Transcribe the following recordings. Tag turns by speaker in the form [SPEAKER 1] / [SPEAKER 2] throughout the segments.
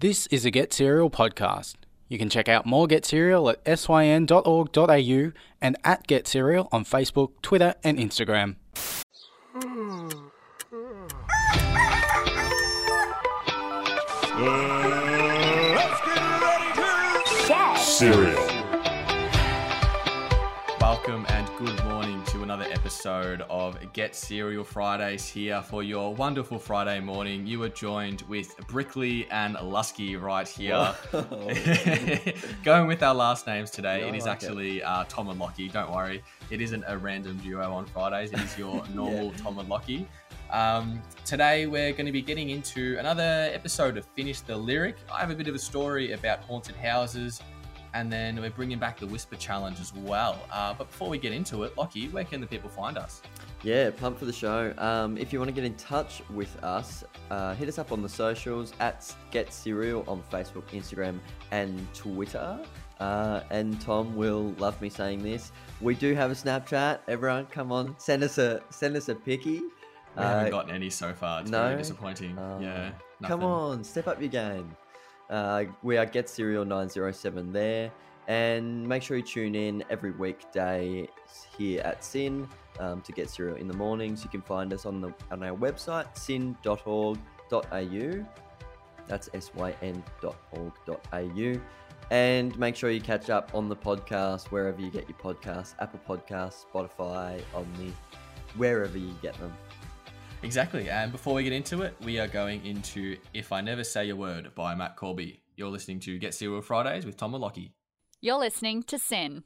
[SPEAKER 1] This is a Get Serial podcast. You can check out more Get Serial at syn.org.au and at Get Serial on Facebook, Twitter, and Instagram.
[SPEAKER 2] Cereal.
[SPEAKER 3] Welcome and good morning to another episode of Get Serial Fridays here for your wonderful Friday morning. You are joined with Brickley and Lusky right here. Going with our last names today, it is actually uh, Tom and Lockie. Don't worry, it isn't a random duo on Fridays. It is your normal Tom and Lockie. Um, today we're going to be getting into another episode of Finish the Lyric. I have a bit of a story about haunted houses, and then we're bringing back the Whisper Challenge as well. Uh, but before we get into it, Lockie, where can the people find us?
[SPEAKER 4] Yeah, pump for the show. Um, if you want to get in touch with us, uh, hit us up on the socials at Get Serial on Facebook, Instagram, and Twitter. Uh, and Tom will love me saying this. We do have a Snapchat. Everyone, come on, send us a send us a picky.
[SPEAKER 3] We haven't gotten any so far. It's
[SPEAKER 4] Uh, no?
[SPEAKER 3] very disappointing.
[SPEAKER 4] Uh,
[SPEAKER 3] yeah.
[SPEAKER 4] Come
[SPEAKER 3] nothing.
[SPEAKER 4] on, step up your game. Uh, we are Get Serial 907 there. And make sure you tune in every weekday here at Sin um, to Get Serial in the mornings. You can find us on the on our website, sin.org.au. That's syn.org.au. And make sure you catch up on the podcast wherever you get your podcasts Apple Podcasts, Spotify, Omni, wherever you get them.
[SPEAKER 3] Exactly. And before we get into it, we are going into If I Never Say a Word by Matt Corby. You're listening to Get Serial Fridays with Tom and Lockie.
[SPEAKER 5] You're listening to Sin.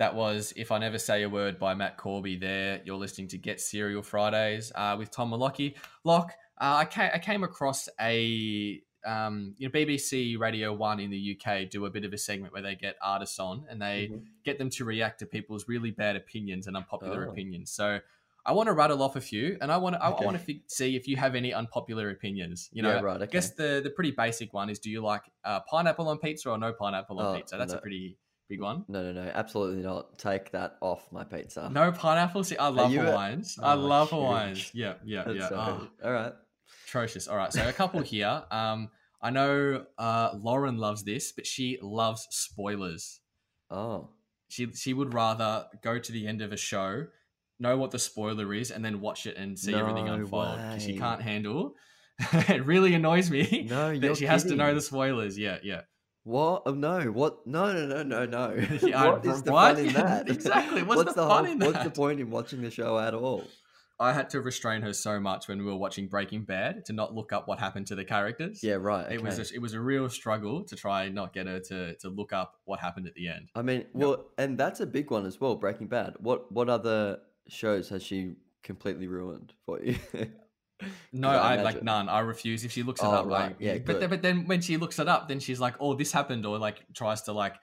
[SPEAKER 3] That was If I Never Say a Word by Matt Corby there. You're listening to Get Serial Fridays uh, with Tom Malocki. Locke, uh, I, ca- I came across a. Um, you know, BBC Radio 1 in the UK do a bit of a segment where they get artists on and they
[SPEAKER 4] Mm-hmm.
[SPEAKER 3] get them to react to people's really bad opinions and unpopular
[SPEAKER 4] Oh.
[SPEAKER 3] opinions. So I want to rattle off a few and I want to, I,
[SPEAKER 4] Okay.
[SPEAKER 3] want to fi- see if you have any unpopular opinions. You know,
[SPEAKER 4] Yeah, right,
[SPEAKER 3] I guess the, the pretty basic one is do you like uh, pineapple on pizza or no pineapple on
[SPEAKER 4] Oh,
[SPEAKER 3] pizza? That's a
[SPEAKER 4] no.
[SPEAKER 3] pretty big one.
[SPEAKER 4] No, no, no, absolutely not. Take that off my pizza.
[SPEAKER 3] No pineapple. See, I love
[SPEAKER 4] you a-
[SPEAKER 3] Hawaiians. I
[SPEAKER 4] Oh,
[SPEAKER 3] love
[SPEAKER 4] shoot.
[SPEAKER 3] Hawaiians. Yeah, yeah,
[SPEAKER 4] That's
[SPEAKER 3] yeah.
[SPEAKER 4] so-
[SPEAKER 3] Oh,
[SPEAKER 4] all right.
[SPEAKER 3] atrocious. All right, so a couple here. Um, I know uh, Lauren loves this, but she loves spoilers.
[SPEAKER 4] Oh,
[SPEAKER 3] She she would rather go to the end of a show, know what the spoiler is, and then watch it and see everything
[SPEAKER 4] No
[SPEAKER 3] unfold. 'cause She
[SPEAKER 4] way.
[SPEAKER 3] can't handle. it really annoys me
[SPEAKER 4] No,
[SPEAKER 3] that
[SPEAKER 4] you're
[SPEAKER 3] she has to know
[SPEAKER 4] kidding.
[SPEAKER 3] the spoilers. Yeah, yeah.
[SPEAKER 4] what? Oh, no, what? No, no, no, no, no.
[SPEAKER 3] Yeah,
[SPEAKER 4] what is the
[SPEAKER 3] what?
[SPEAKER 4] fun in that?
[SPEAKER 3] Exactly, what's the fun in
[SPEAKER 4] What's the
[SPEAKER 3] that?
[SPEAKER 4] point in watching the show at all?
[SPEAKER 3] I had to restrain her so much when we were watching Breaking Bad to not look up what happened to the characters.
[SPEAKER 4] Yeah, right.
[SPEAKER 3] It was
[SPEAKER 4] okay.
[SPEAKER 3] a, it was a real struggle to try and not get her to to look up what happened at the end.
[SPEAKER 4] I mean, well, and that's a big one as well. Breaking Bad. What? What other shows has she completely ruined for you?
[SPEAKER 3] No,
[SPEAKER 4] I
[SPEAKER 3] I, like
[SPEAKER 4] imagine.
[SPEAKER 3] none. I refuse. If she looks it
[SPEAKER 4] Oh,
[SPEAKER 3] up,
[SPEAKER 4] right.
[SPEAKER 3] like
[SPEAKER 4] Yeah,
[SPEAKER 3] But then,
[SPEAKER 4] good.
[SPEAKER 3] but then when she looks it up, then she's like, "Oh, this happened," or like tries to like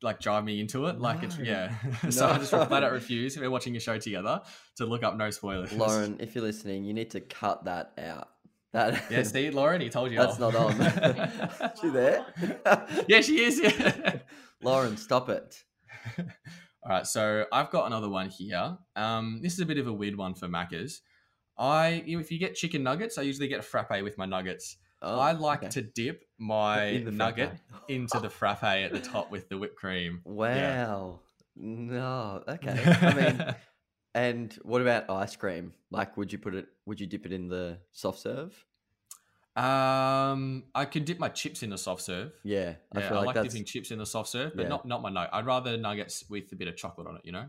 [SPEAKER 3] like drive me into it. Like it's
[SPEAKER 4] No.
[SPEAKER 3] yeah. so I just
[SPEAKER 4] No.
[SPEAKER 3] flat out refuse. If we're watching a show together, to look up no spoilers.
[SPEAKER 4] Lauren, if you're listening, you need to cut that out. That.
[SPEAKER 3] yeah, see, Lauren, he told you
[SPEAKER 4] That's
[SPEAKER 3] off.
[SPEAKER 4] not on. Is she there?
[SPEAKER 3] yeah, she is. Yeah.
[SPEAKER 4] Lauren, stop it.
[SPEAKER 3] All right, so I've got another one here. Um, this is a bit of a weird one for Macca's. I, you know, if you get chicken nuggets, I usually get a frappe with my nuggets.
[SPEAKER 4] Oh,
[SPEAKER 3] I like
[SPEAKER 4] okay.
[SPEAKER 3] to dip my
[SPEAKER 4] In the
[SPEAKER 3] nugget
[SPEAKER 4] frappe.
[SPEAKER 3] into the frappe at the top with the whipped cream. Yeah.
[SPEAKER 4] Wow. No. Okay. I mean, and what about ice cream? Like, would you put it? Would you dip it in the soft serve?
[SPEAKER 3] um, I can dip my chips in the soft serve.
[SPEAKER 4] Yeah,
[SPEAKER 3] Yeah, I,
[SPEAKER 4] I feel like,
[SPEAKER 3] like
[SPEAKER 4] that's.
[SPEAKER 3] dipping chips in the soft serve, but
[SPEAKER 4] Yeah.
[SPEAKER 3] not not my nugget. I'd rather nuggets with a bit of chocolate on it. You know?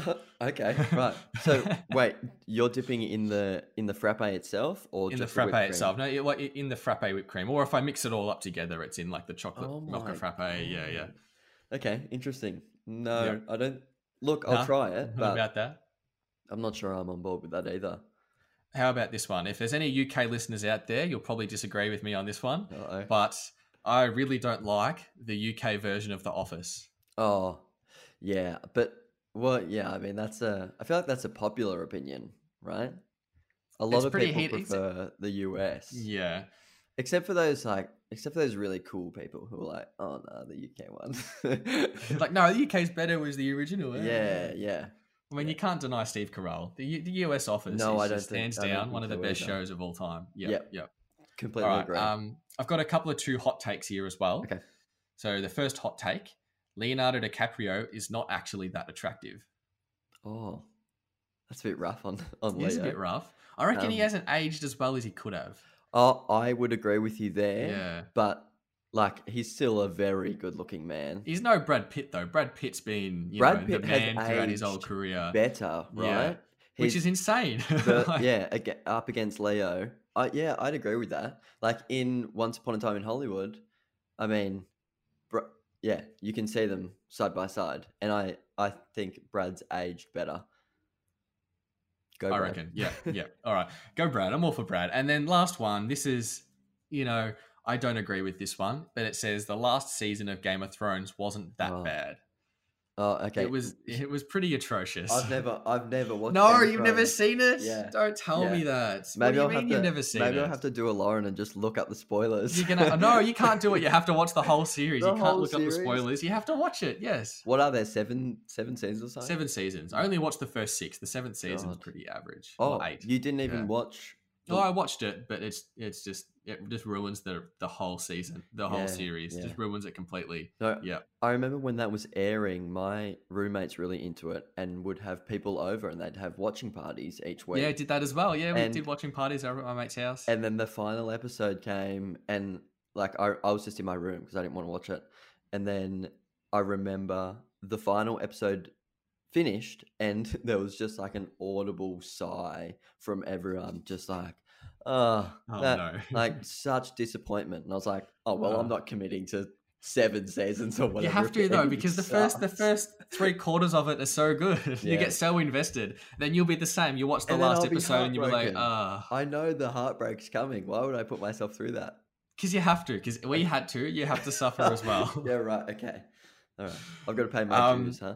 [SPEAKER 4] okay, right. So wait, you're dipping in the in the frappe itself, or
[SPEAKER 3] in the
[SPEAKER 4] just
[SPEAKER 3] frappe
[SPEAKER 4] whipped cream?
[SPEAKER 3] itself. No, it, like i- in the frappe whipped cream, or if I mix it all up together, it's in like the chocolate
[SPEAKER 4] Oh
[SPEAKER 3] mocha
[SPEAKER 4] my
[SPEAKER 3] frappe. Yeah, yeah.
[SPEAKER 4] God. Mm. Okay, interesting. No,
[SPEAKER 3] Yeah.
[SPEAKER 4] I don't. Look, I'll
[SPEAKER 3] Nah,
[SPEAKER 4] try it,
[SPEAKER 3] What
[SPEAKER 4] but
[SPEAKER 3] about that?
[SPEAKER 4] I'm not sure I'm on board with that either.
[SPEAKER 3] How about this one? If there's any UK listeners out there, you'll probably disagree with me on this one,
[SPEAKER 4] Uh-oh.
[SPEAKER 3] but I really don't like the UK version of The Office.
[SPEAKER 4] Oh, yeah, but well, yeah. I mean, that's a. I feel like that's a popular opinion, right? A lot
[SPEAKER 3] It's
[SPEAKER 4] of
[SPEAKER 3] pretty
[SPEAKER 4] people
[SPEAKER 3] hit- it's-
[SPEAKER 4] prefer the US,
[SPEAKER 3] Yeah.
[SPEAKER 4] except for those like, except for those really cool people who are like, oh no, the UK one.
[SPEAKER 3] Like, no, the UK's better was the original. eh?
[SPEAKER 4] yeah, yeah.
[SPEAKER 3] I mean, you can't deny Steve Carell. The, U- the US Office
[SPEAKER 4] No,
[SPEAKER 3] is
[SPEAKER 4] I don't
[SPEAKER 3] just
[SPEAKER 4] think-
[SPEAKER 3] hands
[SPEAKER 4] I don't
[SPEAKER 3] down
[SPEAKER 4] think
[SPEAKER 3] one of the
[SPEAKER 4] so
[SPEAKER 3] best
[SPEAKER 4] either.
[SPEAKER 3] shows of all time. Yeah.
[SPEAKER 4] Yep.
[SPEAKER 3] Yeah.
[SPEAKER 4] Completely
[SPEAKER 3] All right,
[SPEAKER 4] agree.
[SPEAKER 3] Um, I've got a couple of two hot takes here as well.
[SPEAKER 4] Okay.
[SPEAKER 3] So the first hot take: Leonardo DiCaprio is not actually that attractive.
[SPEAKER 4] oh, that's a bit rough on on
[SPEAKER 3] He's a
[SPEAKER 4] Leo.
[SPEAKER 3] bit rough. I reckon he
[SPEAKER 4] Um,
[SPEAKER 3] hasn't aged as well as he could have.
[SPEAKER 4] Oh, I would agree with you there.
[SPEAKER 3] Yeah.
[SPEAKER 4] But like, he's still a very good-looking man.
[SPEAKER 3] He's no Brad Pitt though. Brad Pitt's been you
[SPEAKER 4] Brad
[SPEAKER 3] know,
[SPEAKER 4] Pitt
[SPEAKER 3] the
[SPEAKER 4] has
[SPEAKER 3] man throughout his whole
[SPEAKER 4] aged
[SPEAKER 3] career,
[SPEAKER 4] Better,
[SPEAKER 3] uh, Yeah.
[SPEAKER 4] right?
[SPEAKER 3] which
[SPEAKER 4] He's-
[SPEAKER 3] is insane.
[SPEAKER 4] but
[SPEAKER 3] Like,
[SPEAKER 4] yeah, aga up against Leo. I, yeah, I'd agree with that. Like in Once Upon a Time in Hollywood, I mean, br- yeah, you can see them side by side, and I I think Brad's aged better. Go,
[SPEAKER 3] I
[SPEAKER 4] Brad.
[SPEAKER 3] reckon. Yeah, yeah. All right, go Brad. I'm all for Brad. And then last one. This is, you know, I don't agree with this one, but it says the last season of Game of Thrones wasn't that
[SPEAKER 4] Oh,
[SPEAKER 3] bad.
[SPEAKER 4] oh, okay.
[SPEAKER 3] It was. It was pretty atrocious.
[SPEAKER 4] I've never, I've never watched. Game
[SPEAKER 3] no,
[SPEAKER 4] of
[SPEAKER 3] you've never
[SPEAKER 4] Thrones.
[SPEAKER 3] seen it.
[SPEAKER 4] Yeah.
[SPEAKER 3] Don't tell
[SPEAKER 4] Yeah.
[SPEAKER 3] me that.
[SPEAKER 4] Maybe
[SPEAKER 3] what
[SPEAKER 4] I'll
[SPEAKER 3] do you
[SPEAKER 4] have
[SPEAKER 3] mean
[SPEAKER 4] to,
[SPEAKER 3] you've never seen
[SPEAKER 4] maybe
[SPEAKER 3] it?
[SPEAKER 4] I'll have to do a Lauren and just look up the spoilers.
[SPEAKER 3] You're gonna. No, you can't do it. You have to watch the whole series.
[SPEAKER 4] The
[SPEAKER 3] you can't
[SPEAKER 4] whole
[SPEAKER 3] look
[SPEAKER 4] series?
[SPEAKER 3] up the spoilers. You have to watch it. Yes.
[SPEAKER 4] What are there? Seven, seven seasons or something.
[SPEAKER 3] Seven seasons. I only watched the first six. The seventh season's
[SPEAKER 4] God.
[SPEAKER 3] pretty average.
[SPEAKER 4] Oh,
[SPEAKER 3] or eight.
[SPEAKER 4] you didn't even
[SPEAKER 3] Yeah.
[SPEAKER 4] watch.
[SPEAKER 3] Oh, I watched it, but it's it's just it just ruins the the whole season, the whole
[SPEAKER 4] Yeah,
[SPEAKER 3] series.
[SPEAKER 4] yeah.
[SPEAKER 3] Just ruins it completely.
[SPEAKER 4] No,
[SPEAKER 3] Yeah.
[SPEAKER 4] I remember when that was airing, my roommates really into it and would have people over and they'd have watching parties each week.
[SPEAKER 3] Yeah, I did that as well. Yeah, we
[SPEAKER 4] And-
[SPEAKER 3] did watching parties over at my mate's house.
[SPEAKER 4] and then the final episode came and like I, I was just in my room because I didn't want to watch it. And then I remember the final episode finished and there was just like an audible sigh from everyone, just like, oh,
[SPEAKER 3] oh
[SPEAKER 4] that-
[SPEAKER 3] no.
[SPEAKER 4] like such disappointment. And I was like, oh, well,
[SPEAKER 3] Oh.
[SPEAKER 4] I'm not committing to seven seasons or whatever.
[SPEAKER 3] you have
[SPEAKER 4] if
[SPEAKER 3] to
[SPEAKER 4] it
[SPEAKER 3] though,
[SPEAKER 4] ending
[SPEAKER 3] because the first the
[SPEAKER 4] sucks."
[SPEAKER 3] first three quarters of it are so good. you
[SPEAKER 4] Yeah.
[SPEAKER 3] get so invested. Then you'll be the same. You watch the
[SPEAKER 4] And then
[SPEAKER 3] last
[SPEAKER 4] I'll be
[SPEAKER 3] episode and you'll be like, ah.
[SPEAKER 4] heartbroken. I know the heartbreak's coming. Why would I put myself through that?
[SPEAKER 3] because you have to, because we had to, you have to suffer as well.
[SPEAKER 4] yeah, right. Okay. All right. I've got to pay my
[SPEAKER 3] Um,
[SPEAKER 4] dues, huh?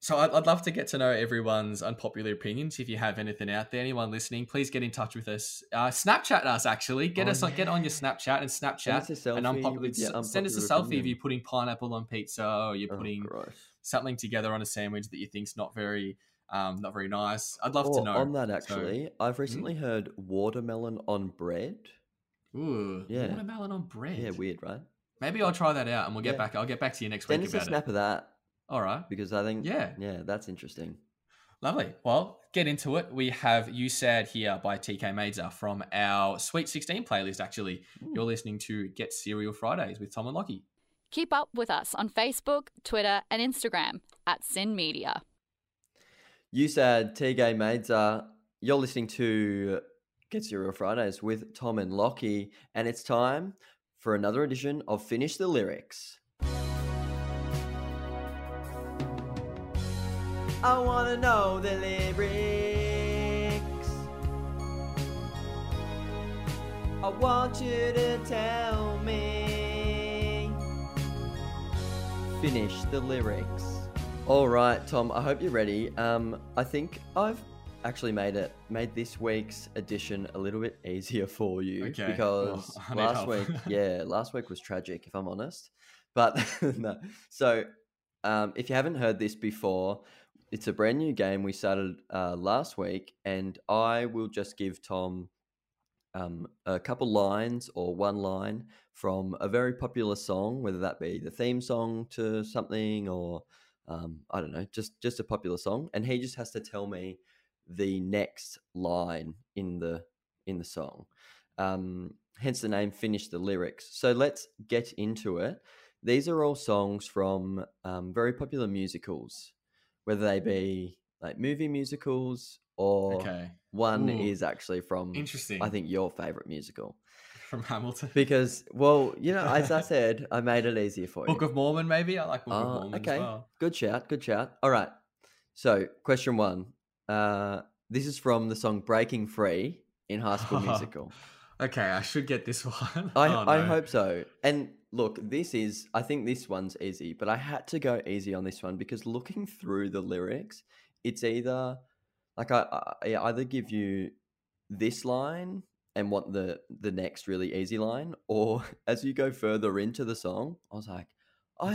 [SPEAKER 3] So I'd, I'd love to get to know everyone's unpopular opinions. If you have anything out there, anyone listening, please get in touch with us. Uh, Snapchat us actually. Get
[SPEAKER 4] Oh,
[SPEAKER 3] us like get on your Snapchat and Snapchat
[SPEAKER 4] Send us a
[SPEAKER 3] an
[SPEAKER 4] selfie
[SPEAKER 3] unpopular.
[SPEAKER 4] with your
[SPEAKER 3] s- send us a
[SPEAKER 4] unpopular
[SPEAKER 3] selfie if
[SPEAKER 4] opinion.
[SPEAKER 3] you're putting pineapple on pizza or you're
[SPEAKER 4] Oh,
[SPEAKER 3] putting
[SPEAKER 4] gross.
[SPEAKER 3] something together on a sandwich that you think's not very, um, not very nice. I'd love
[SPEAKER 4] Or
[SPEAKER 3] to know.
[SPEAKER 4] Oh, On that,
[SPEAKER 3] So- hmm?
[SPEAKER 4] actually, I've recently heard watermelon on bread.
[SPEAKER 3] ooh,
[SPEAKER 4] Yeah.
[SPEAKER 3] watermelon on bread.
[SPEAKER 4] Yeah, weird, right?
[SPEAKER 3] Maybe I'll try that out and we'll get
[SPEAKER 4] Yeah.
[SPEAKER 3] back. I'll get back to you next
[SPEAKER 4] Send
[SPEAKER 3] week
[SPEAKER 4] us a
[SPEAKER 3] about
[SPEAKER 4] snap
[SPEAKER 3] it.
[SPEAKER 4] of that
[SPEAKER 3] All right.
[SPEAKER 4] because I think
[SPEAKER 3] Yeah.
[SPEAKER 4] yeah, that's interesting.
[SPEAKER 3] Lovely. Well, get into it. We have You Sad Here by TK Mazer from our Sweet 16 playlist, actually.
[SPEAKER 4] Hmm.
[SPEAKER 3] You're listening to Get Serial Fridays with Tom and Lockie.
[SPEAKER 5] Keep up with us on Facebook, Twitter, and Instagram at Sin Media.
[SPEAKER 4] You said T Gay Maids are you're listening to Get Serial Fridays with Tom and Lockie, and it's time for another edition of Finish the Lyrics. I wanna know the lyrics. I want you to tell me. Finish the lyrics. All right, Tom. I hope you're ready. Um, I think I've actually made it made this week's edition a little bit easier for you
[SPEAKER 3] Okay.
[SPEAKER 4] because
[SPEAKER 3] Well, I need
[SPEAKER 4] last
[SPEAKER 3] help.
[SPEAKER 4] week, yeah, last week was tragic, if I'm honest. But no, so um, if you haven't heard this before, it's a brand new game we started uh, last week, and I will just give Tom um, a couple lines or one line from a very popular song, whether that be the theme song to something or um, I don't know, just just a popular song, and he just has to tell me the next line in the in the song. Um, hence the name "Finish the Lyrics." So let's get into it. These are all songs from um, very popular musicals, whether they be like movie musicals or
[SPEAKER 3] Okay.
[SPEAKER 4] one
[SPEAKER 3] Ooh.
[SPEAKER 4] is actually from
[SPEAKER 3] Interesting.
[SPEAKER 4] I think your favorite musical
[SPEAKER 3] From Hamilton.
[SPEAKER 4] because well you know as I said I made it easier for you.
[SPEAKER 3] Book of Mormon, maybe. I like Book
[SPEAKER 4] Ah,
[SPEAKER 3] of Mormon
[SPEAKER 4] okay.
[SPEAKER 3] as well.
[SPEAKER 4] Good shout, good shout. All right. So, question one. Uh, this is from the song Breaking Free in High School Musical.
[SPEAKER 3] Okay, I should get this one.
[SPEAKER 4] I,
[SPEAKER 3] Oh,
[SPEAKER 4] I
[SPEAKER 3] no.
[SPEAKER 4] hope so. And look, this is, I think this one's easy, but I had to go easy on this one because looking through the lyrics, it's either like I, I, I either give you this line and want the the next really easy line, or as you go further into the song, I was like, I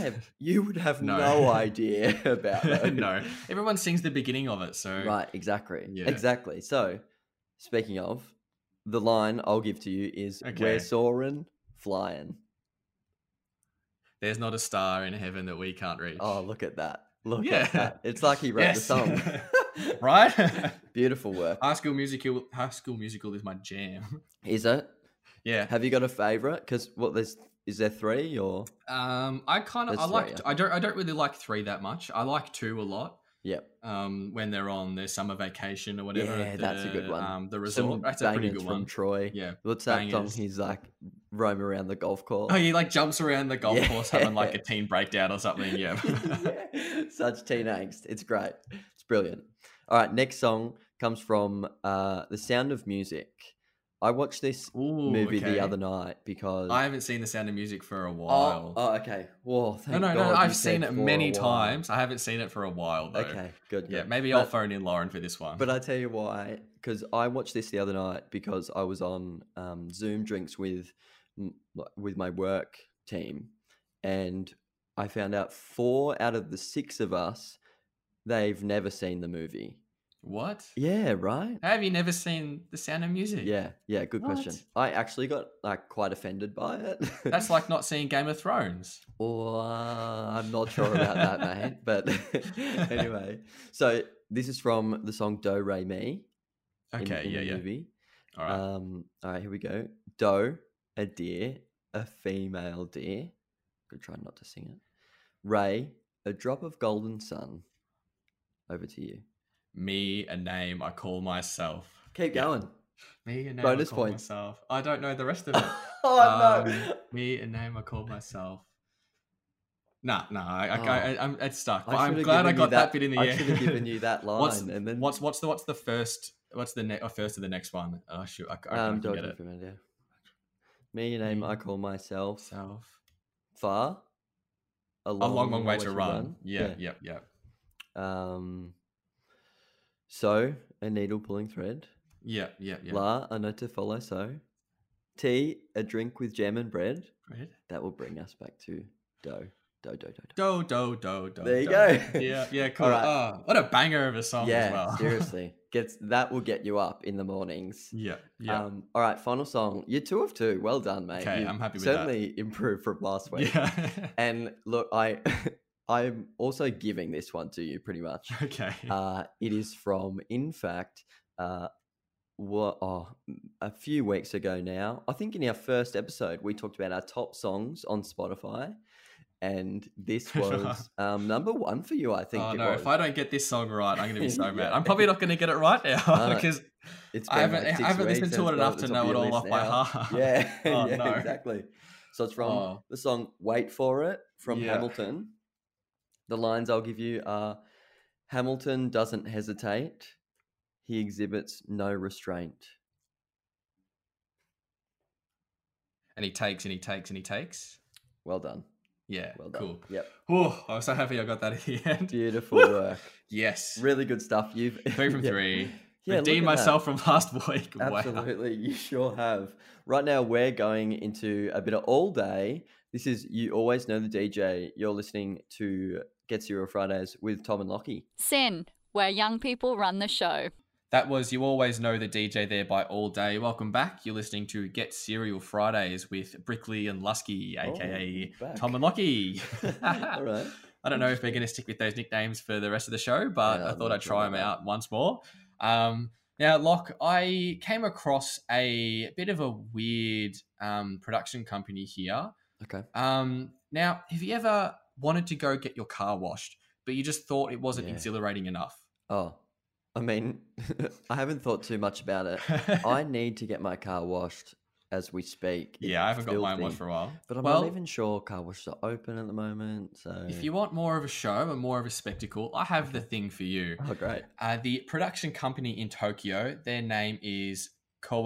[SPEAKER 4] have, you would have
[SPEAKER 3] No.
[SPEAKER 4] no, idea about that.
[SPEAKER 3] no. Everyone sings the beginning of it, so
[SPEAKER 4] Right, exactly.
[SPEAKER 3] Yeah.
[SPEAKER 4] Exactly. So, speaking of, the line I'll give to you is
[SPEAKER 3] Okay.
[SPEAKER 4] "We're soaring, flying."
[SPEAKER 3] There's not a star in heaven that we can't reach.
[SPEAKER 4] Oh, look at that! Look
[SPEAKER 3] Yeah.
[SPEAKER 4] at that! It's like he wrote the song.
[SPEAKER 3] right?
[SPEAKER 4] Beautiful work.
[SPEAKER 3] High School Musical. High School Musical is my jam.
[SPEAKER 4] Is it?
[SPEAKER 3] Yeah.
[SPEAKER 4] Have you got a favorite? Because what there's is there three or
[SPEAKER 3] Um, I kind of
[SPEAKER 4] There's
[SPEAKER 3] I
[SPEAKER 4] three,
[SPEAKER 3] like
[SPEAKER 4] I
[SPEAKER 3] I don't I don't really like three that much. I like two a lot.
[SPEAKER 4] yep.
[SPEAKER 3] Um, when they're on their summer vacation or whatever.
[SPEAKER 4] Yeah,
[SPEAKER 3] at
[SPEAKER 4] that's a good
[SPEAKER 3] the,
[SPEAKER 4] one.
[SPEAKER 3] Um, the
[SPEAKER 4] Some
[SPEAKER 3] resort. that's a pretty
[SPEAKER 4] bangers
[SPEAKER 3] good
[SPEAKER 4] from
[SPEAKER 3] one.
[SPEAKER 4] Troy.
[SPEAKER 3] Yeah.
[SPEAKER 4] What's that song?
[SPEAKER 3] Bangers.
[SPEAKER 4] He's like roam around the golf course.
[SPEAKER 3] Oh, he like jumps around the golf
[SPEAKER 4] Yeah.
[SPEAKER 3] course having like a teen breakdown or something. Yeah.
[SPEAKER 4] Yeah, Such teen angst. It's great. It's brilliant. All right, next song comes from uh, The Sound of Music. I watched this
[SPEAKER 3] Ooh,
[SPEAKER 4] movie
[SPEAKER 3] okay.
[SPEAKER 4] the other night because
[SPEAKER 3] I haven't seen The Sound of Music for a
[SPEAKER 4] oh,
[SPEAKER 3] while.
[SPEAKER 4] oh, okay. Whoa,
[SPEAKER 3] no,
[SPEAKER 4] thank
[SPEAKER 3] no,
[SPEAKER 4] God
[SPEAKER 3] no.
[SPEAKER 4] you
[SPEAKER 3] I've
[SPEAKER 4] said
[SPEAKER 3] seen it
[SPEAKER 4] for a
[SPEAKER 3] many
[SPEAKER 4] while.
[SPEAKER 3] times. I haven't seen it for a while though.
[SPEAKER 4] Okay, good.
[SPEAKER 3] Yeah,
[SPEAKER 4] good.
[SPEAKER 3] maybe I'll
[SPEAKER 4] But-
[SPEAKER 3] phone in Lauren for this one.
[SPEAKER 4] But I tell you why, because I watched this the other night because I was on um, Zoom drinks with m- like, with my work team, and I found out four out of the six of us they've never seen the movie.
[SPEAKER 3] what?
[SPEAKER 4] Yeah, right.
[SPEAKER 3] Have you never seen The Sound of Music?
[SPEAKER 4] Yeah, yeah. Good question. I actually got like quite offended by it.
[SPEAKER 3] That's like not seeing Game of Thrones.
[SPEAKER 4] Or I'm not sure about that, mate. But anyway, so this is from the song "Do Re Mi." in-
[SPEAKER 3] Okay,
[SPEAKER 4] in
[SPEAKER 3] yeah,
[SPEAKER 4] the
[SPEAKER 3] yeah.
[SPEAKER 4] Movie.
[SPEAKER 3] All right.
[SPEAKER 4] Um, all right, here we go. Doe, a deer, a female deer. Good try not to sing it. Ray, a drop of golden sun. Over to you.
[SPEAKER 3] Me, a name I call myself. Yeah.
[SPEAKER 4] Keep going.
[SPEAKER 3] Me, a name
[SPEAKER 4] Bonus
[SPEAKER 3] I call
[SPEAKER 4] points.
[SPEAKER 3] myself. I don't know the rest of it.
[SPEAKER 4] oh
[SPEAKER 3] Um, me, a name I call myself. Nah, nah. I, I,
[SPEAKER 4] Oh.
[SPEAKER 3] I, I, am it's stuck. But
[SPEAKER 4] I
[SPEAKER 3] I'm
[SPEAKER 4] should've
[SPEAKER 3] glad I
[SPEAKER 4] given you
[SPEAKER 3] got that, bit in the
[SPEAKER 4] I
[SPEAKER 3] end.
[SPEAKER 4] should have given you that line,
[SPEAKER 3] What's-
[SPEAKER 4] and then
[SPEAKER 3] What's what's the what's the first? What's the ne- oh, first of the next one? Oh shoot, I, c- I can't
[SPEAKER 4] um, Doe,
[SPEAKER 3] get
[SPEAKER 4] a
[SPEAKER 3] it.
[SPEAKER 4] deer, female deer. Me, your name,
[SPEAKER 3] Me.
[SPEAKER 4] I call myself.
[SPEAKER 3] Myself.
[SPEAKER 4] Far,
[SPEAKER 3] A
[SPEAKER 4] a
[SPEAKER 3] long, long way to run. Yeah, yep, yep.
[SPEAKER 4] yeah. Um, so a needle pulling thread.
[SPEAKER 3] Yep, yep, yep.
[SPEAKER 4] La, I know to follow so. Tea, a drink with jam and bread.
[SPEAKER 3] Right?
[SPEAKER 4] That will bring us back to dough. Dough, dough, dough, dough.
[SPEAKER 3] Do do do do.
[SPEAKER 4] There you
[SPEAKER 3] do.
[SPEAKER 4] go.
[SPEAKER 3] Yeah, yeah, cool.
[SPEAKER 4] right.
[SPEAKER 3] Oh, what a banger of a song
[SPEAKER 4] yeah,
[SPEAKER 3] as well.
[SPEAKER 4] seriously. Gets that will get you up in the mornings.
[SPEAKER 3] yeah, yeah.
[SPEAKER 4] Um, all right, final song. You're two of two. Well done, mate.
[SPEAKER 3] Okay,
[SPEAKER 4] You've
[SPEAKER 3] I'm happy with that.
[SPEAKER 4] certainly improved from last week.
[SPEAKER 3] yeah.
[SPEAKER 4] And look, I I'm also giving this one to you pretty much.
[SPEAKER 3] okay.
[SPEAKER 4] Uh, it is from, in fact, uh, what oh, m- a few weeks ago now. I think in our first episode we talked about our top songs on Spotify, and this was um, number one for you. I think
[SPEAKER 3] oh
[SPEAKER 4] it
[SPEAKER 3] no,
[SPEAKER 4] was.
[SPEAKER 3] if I don't get this song right, I'm gonna be so
[SPEAKER 4] Yeah.
[SPEAKER 3] mad. I'm probably not gonna get it right now
[SPEAKER 4] No,
[SPEAKER 3] because
[SPEAKER 4] It's
[SPEAKER 3] I
[SPEAKER 4] been
[SPEAKER 3] haven't
[SPEAKER 4] like
[SPEAKER 3] I
[SPEAKER 4] six
[SPEAKER 3] haven't
[SPEAKER 4] weeks
[SPEAKER 3] listened
[SPEAKER 4] and
[SPEAKER 3] to it
[SPEAKER 4] it's well
[SPEAKER 3] enough
[SPEAKER 4] at
[SPEAKER 3] to
[SPEAKER 4] the top
[SPEAKER 3] know
[SPEAKER 4] of
[SPEAKER 3] it
[SPEAKER 4] your
[SPEAKER 3] all off
[SPEAKER 4] list
[SPEAKER 3] by
[SPEAKER 4] now.
[SPEAKER 3] heart.
[SPEAKER 4] Yeah,
[SPEAKER 3] Oh,
[SPEAKER 4] yeah,
[SPEAKER 3] no.
[SPEAKER 4] exactly. So it's from
[SPEAKER 3] Oh.
[SPEAKER 4] the song Wait For It from
[SPEAKER 3] Yeah.
[SPEAKER 4] Hamilton. The lines I'll give you are Hamilton doesn't hesitate, he exhibits no restraint.
[SPEAKER 3] And he takes and he takes and he takes.
[SPEAKER 4] Well done.
[SPEAKER 3] Yeah,
[SPEAKER 4] Well done.
[SPEAKER 3] cool.
[SPEAKER 4] Yep.
[SPEAKER 3] Oh, I'm so happy I got that at the end.
[SPEAKER 4] Beautiful work.
[SPEAKER 3] Yes.
[SPEAKER 4] Really good stuff. You've
[SPEAKER 3] Three from
[SPEAKER 4] Yeah.
[SPEAKER 3] three.
[SPEAKER 4] Yeah, look
[SPEAKER 3] Redeem
[SPEAKER 4] at that.
[SPEAKER 3] myself from last week. Wow.
[SPEAKER 4] Absolutely, you sure have. Right now, we're going into a bit of all day. This is you always know the DJ. You're listening to Get Zero Fridays with Tom and Lockie.
[SPEAKER 5] Sin, where young people run the show.
[SPEAKER 3] That was You Always Know the DJ there by All Day. Welcome back. You're listening to Get Serial Fridays with Brickley and Lusky,
[SPEAKER 4] Oh,
[SPEAKER 3] aka
[SPEAKER 4] back.
[SPEAKER 3] Tom and Lockie.
[SPEAKER 4] all right.
[SPEAKER 3] I don't know if they're going to stick with those nicknames for the rest of the show, but
[SPEAKER 4] Yeah,
[SPEAKER 3] I
[SPEAKER 4] I'm
[SPEAKER 3] thought
[SPEAKER 4] not
[SPEAKER 3] I'd
[SPEAKER 4] sure
[SPEAKER 3] try them
[SPEAKER 4] about that.
[SPEAKER 3] out once more. Um, now, Locke, I came across a bit of a weird um, production company here.
[SPEAKER 4] Okay.
[SPEAKER 3] Um, now, have you ever wanted to go get your car washed, but you just thought it wasn't
[SPEAKER 4] Yeah.
[SPEAKER 3] exhilarating enough?
[SPEAKER 4] Oh, I mean, I haven't thought too much about it. Uh, I need to get my car washed as we speak. It's
[SPEAKER 3] yeah, I haven't got mine
[SPEAKER 4] filthy.
[SPEAKER 3] washed for a while.
[SPEAKER 4] But I'm
[SPEAKER 3] well,
[SPEAKER 4] not even sure car washes are open at the moment. So
[SPEAKER 3] If you want more of a show and more of a spectacle, I have the thing for you.
[SPEAKER 4] oh great,
[SPEAKER 3] Uh, the production company in Tokyo, their name is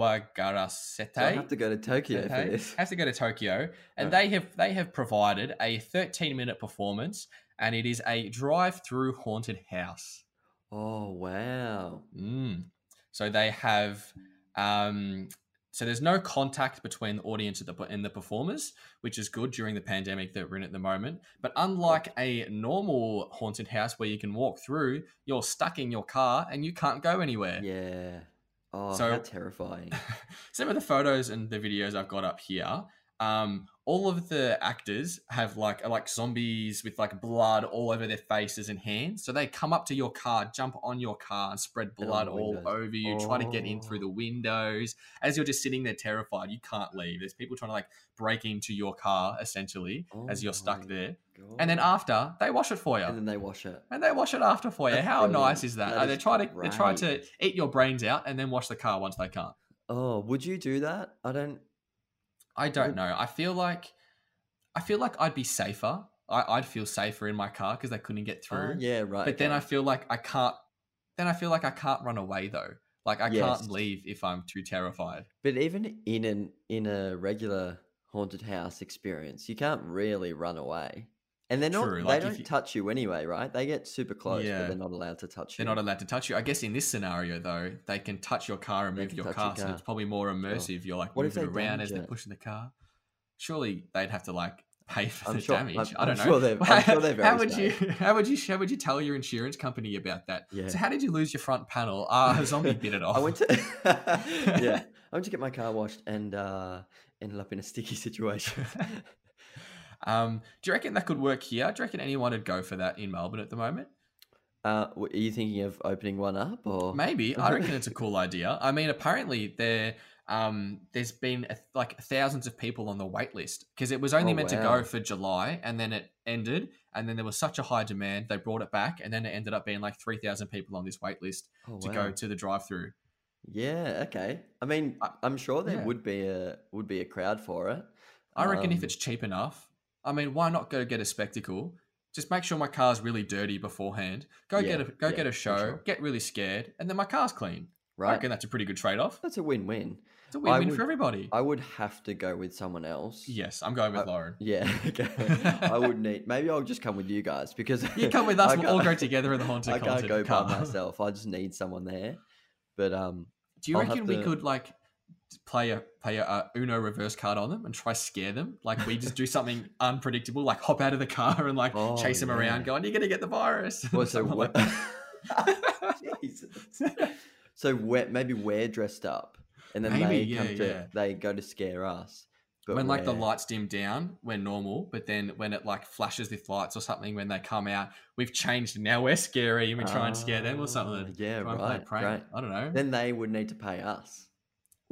[SPEAKER 3] Kowagarasete.
[SPEAKER 4] so I have to go to Tokyo for
[SPEAKER 3] Okay.
[SPEAKER 4] this.
[SPEAKER 3] Has to go to Tokyo, and
[SPEAKER 4] Right.
[SPEAKER 3] they have they have provided a 13 minute performance, and it is a drive through haunted house.
[SPEAKER 4] Oh wow.
[SPEAKER 3] Mm. So they have, um, so there's no contact between the audience and the, and the performers, which is good during the pandemic that we're in at the moment. But unlike a normal haunted house where you can walk through, you're stuck in your car and you can't go anywhere.
[SPEAKER 4] Yeah. Oh,
[SPEAKER 3] So-
[SPEAKER 4] how terrifying.
[SPEAKER 3] some of the photos and the videos I've got up here, um, all of the actors have like are like zombies with like blood all over their faces and hands. So they come up to your car, jump on your car, and spread
[SPEAKER 4] And on
[SPEAKER 3] blood
[SPEAKER 4] the
[SPEAKER 3] all
[SPEAKER 4] windows.
[SPEAKER 3] over you, try to get in through
[SPEAKER 4] Oh.
[SPEAKER 3] the windows. As you're just sitting there terrified, you can't leave. There's people trying to like break into your car essentially
[SPEAKER 4] Oh
[SPEAKER 3] as you're stuck
[SPEAKER 4] my
[SPEAKER 3] there.
[SPEAKER 4] God.
[SPEAKER 3] And then after they wash it for you
[SPEAKER 4] and then they wash it.
[SPEAKER 3] and they wash it after for you.
[SPEAKER 4] That's
[SPEAKER 3] How
[SPEAKER 4] brilliant.
[SPEAKER 3] nice is that?
[SPEAKER 4] That
[SPEAKER 3] Uh, they
[SPEAKER 4] is
[SPEAKER 3] try to they try to
[SPEAKER 4] great.
[SPEAKER 3] eat your brains out and then wash the car once they can't.
[SPEAKER 4] Oh, would you do that? I don't.
[SPEAKER 3] I don't
[SPEAKER 4] Would-
[SPEAKER 3] know. I feel like I feel like I'd be safer. I, I'd feel safer in my car because they couldn't get
[SPEAKER 4] Oh,
[SPEAKER 3] through.
[SPEAKER 4] yeah, right.
[SPEAKER 3] But then I
[SPEAKER 4] okay.
[SPEAKER 3] feel like I can't. Then I feel like I can't run away though. Like I
[SPEAKER 4] Yes.
[SPEAKER 3] can't leave if I'm too terrified.
[SPEAKER 4] But even in an in a regular haunted house experience, you can't really run away. And they're not
[SPEAKER 3] True,
[SPEAKER 4] they
[SPEAKER 3] like, if
[SPEAKER 4] don't
[SPEAKER 3] you-
[SPEAKER 4] touch you anyway, right? They get super close,
[SPEAKER 3] Yeah.
[SPEAKER 4] but they're not allowed to touch you.
[SPEAKER 3] They're not allowed to touch you. I guess in this scenario though, they can touch your car and
[SPEAKER 4] They
[SPEAKER 3] move
[SPEAKER 4] can
[SPEAKER 3] your
[SPEAKER 4] touch
[SPEAKER 3] car,
[SPEAKER 4] your
[SPEAKER 3] so
[SPEAKER 4] car.
[SPEAKER 3] it's probably more immersive. You're like
[SPEAKER 4] What if
[SPEAKER 3] moving
[SPEAKER 4] they
[SPEAKER 3] around as
[SPEAKER 4] damage
[SPEAKER 3] they're
[SPEAKER 4] it?
[SPEAKER 3] pushing the car. Surely they'd have to like pay for
[SPEAKER 4] I'm
[SPEAKER 3] the
[SPEAKER 4] sure-
[SPEAKER 3] damage.
[SPEAKER 4] I'm-
[SPEAKER 3] I
[SPEAKER 4] I'm
[SPEAKER 3] don't
[SPEAKER 4] sure
[SPEAKER 3] know.
[SPEAKER 4] they're- I'm sure they're
[SPEAKER 3] how
[SPEAKER 4] very
[SPEAKER 3] would
[SPEAKER 4] safe.
[SPEAKER 3] you? How would you? How would you tell your insurance company about that?
[SPEAKER 4] Yeah.
[SPEAKER 3] So how did you lose your front panel? Ah, a zombie bit it off.
[SPEAKER 4] I went to Yeah. I went to get my car washed and uh ended up in a sticky situation.
[SPEAKER 3] um, do you reckon that could work here? Do you reckon anyone would go for that in Melbourne at the moment?
[SPEAKER 4] uh w- are you thinking of opening one up or
[SPEAKER 3] Maybe. I reckon it's a cool idea. I mean, apparently there um there's been a, like thousands of people on the wait list because it was only
[SPEAKER 4] Oh,
[SPEAKER 3] meant to
[SPEAKER 4] wow.
[SPEAKER 3] go for July and then it ended and then there was such a high demand they brought it back and then it ended up being like 3000 people on this wait list
[SPEAKER 4] Oh,
[SPEAKER 3] to
[SPEAKER 4] wow.
[SPEAKER 3] go to the drive-through.
[SPEAKER 4] Yeah, okay. I mean,
[SPEAKER 3] I-
[SPEAKER 4] I'm sure there
[SPEAKER 3] yeah.
[SPEAKER 4] would be a would be a crowd for it.
[SPEAKER 3] I reckon if
[SPEAKER 4] Um,
[SPEAKER 3] it's cheap enough, I mean, why not go get a spectacle? Just make sure my car's really dirty beforehand. Go
[SPEAKER 4] Yeah,
[SPEAKER 3] get a go
[SPEAKER 4] yeah,
[SPEAKER 3] get a
[SPEAKER 4] for
[SPEAKER 3] show,
[SPEAKER 4] sure.
[SPEAKER 3] get really scared, and then my car's clean. I
[SPEAKER 4] right,
[SPEAKER 3] reckon that's a pretty good trade-off.
[SPEAKER 4] that's a win-win.
[SPEAKER 3] It's a
[SPEAKER 4] I
[SPEAKER 3] win-win
[SPEAKER 4] would-
[SPEAKER 3] for everybody.
[SPEAKER 4] I would have to go with someone else.
[SPEAKER 3] yes, I'm going with
[SPEAKER 4] I-
[SPEAKER 3] Lauren.
[SPEAKER 4] Yeah, okay. I would need. Maybe I'll just come with you guys because
[SPEAKER 3] You come with us,
[SPEAKER 4] I
[SPEAKER 3] we'll all go
[SPEAKER 4] can't-
[SPEAKER 3] together in the haunted
[SPEAKER 4] I can't
[SPEAKER 3] content
[SPEAKER 4] go
[SPEAKER 3] car.
[SPEAKER 4] by myself. I just need someone there. But um,
[SPEAKER 3] Do you
[SPEAKER 4] I'll have
[SPEAKER 3] reckon we
[SPEAKER 4] to-
[SPEAKER 3] could like play a play a uh, Uno reverse card on them and try scare them? Like we just do something unpredictable, like hop out of the car and like
[SPEAKER 4] Oh,
[SPEAKER 3] chase them
[SPEAKER 4] yeah.
[SPEAKER 3] around, going, "You're gonna get the virus."
[SPEAKER 4] well, so
[SPEAKER 3] Something like
[SPEAKER 4] wet. Jesus. So wet. Maybe we're dressed up, and then
[SPEAKER 3] Maybe,
[SPEAKER 4] they come
[SPEAKER 3] yeah,
[SPEAKER 4] to.
[SPEAKER 3] yeah.
[SPEAKER 4] They go to scare us. But
[SPEAKER 3] when like the
[SPEAKER 4] we're-
[SPEAKER 3] lights dim down, we're normal, but then when it like flashes with lights or something, when they come out, we've changed. and Now we're scary and we try and scare them
[SPEAKER 4] Ah,
[SPEAKER 3] or something.
[SPEAKER 4] Yeah,
[SPEAKER 3] Try and play a
[SPEAKER 4] right.
[SPEAKER 3] prank.
[SPEAKER 4] Right.
[SPEAKER 3] I don't know.
[SPEAKER 4] Then they would need to pay us.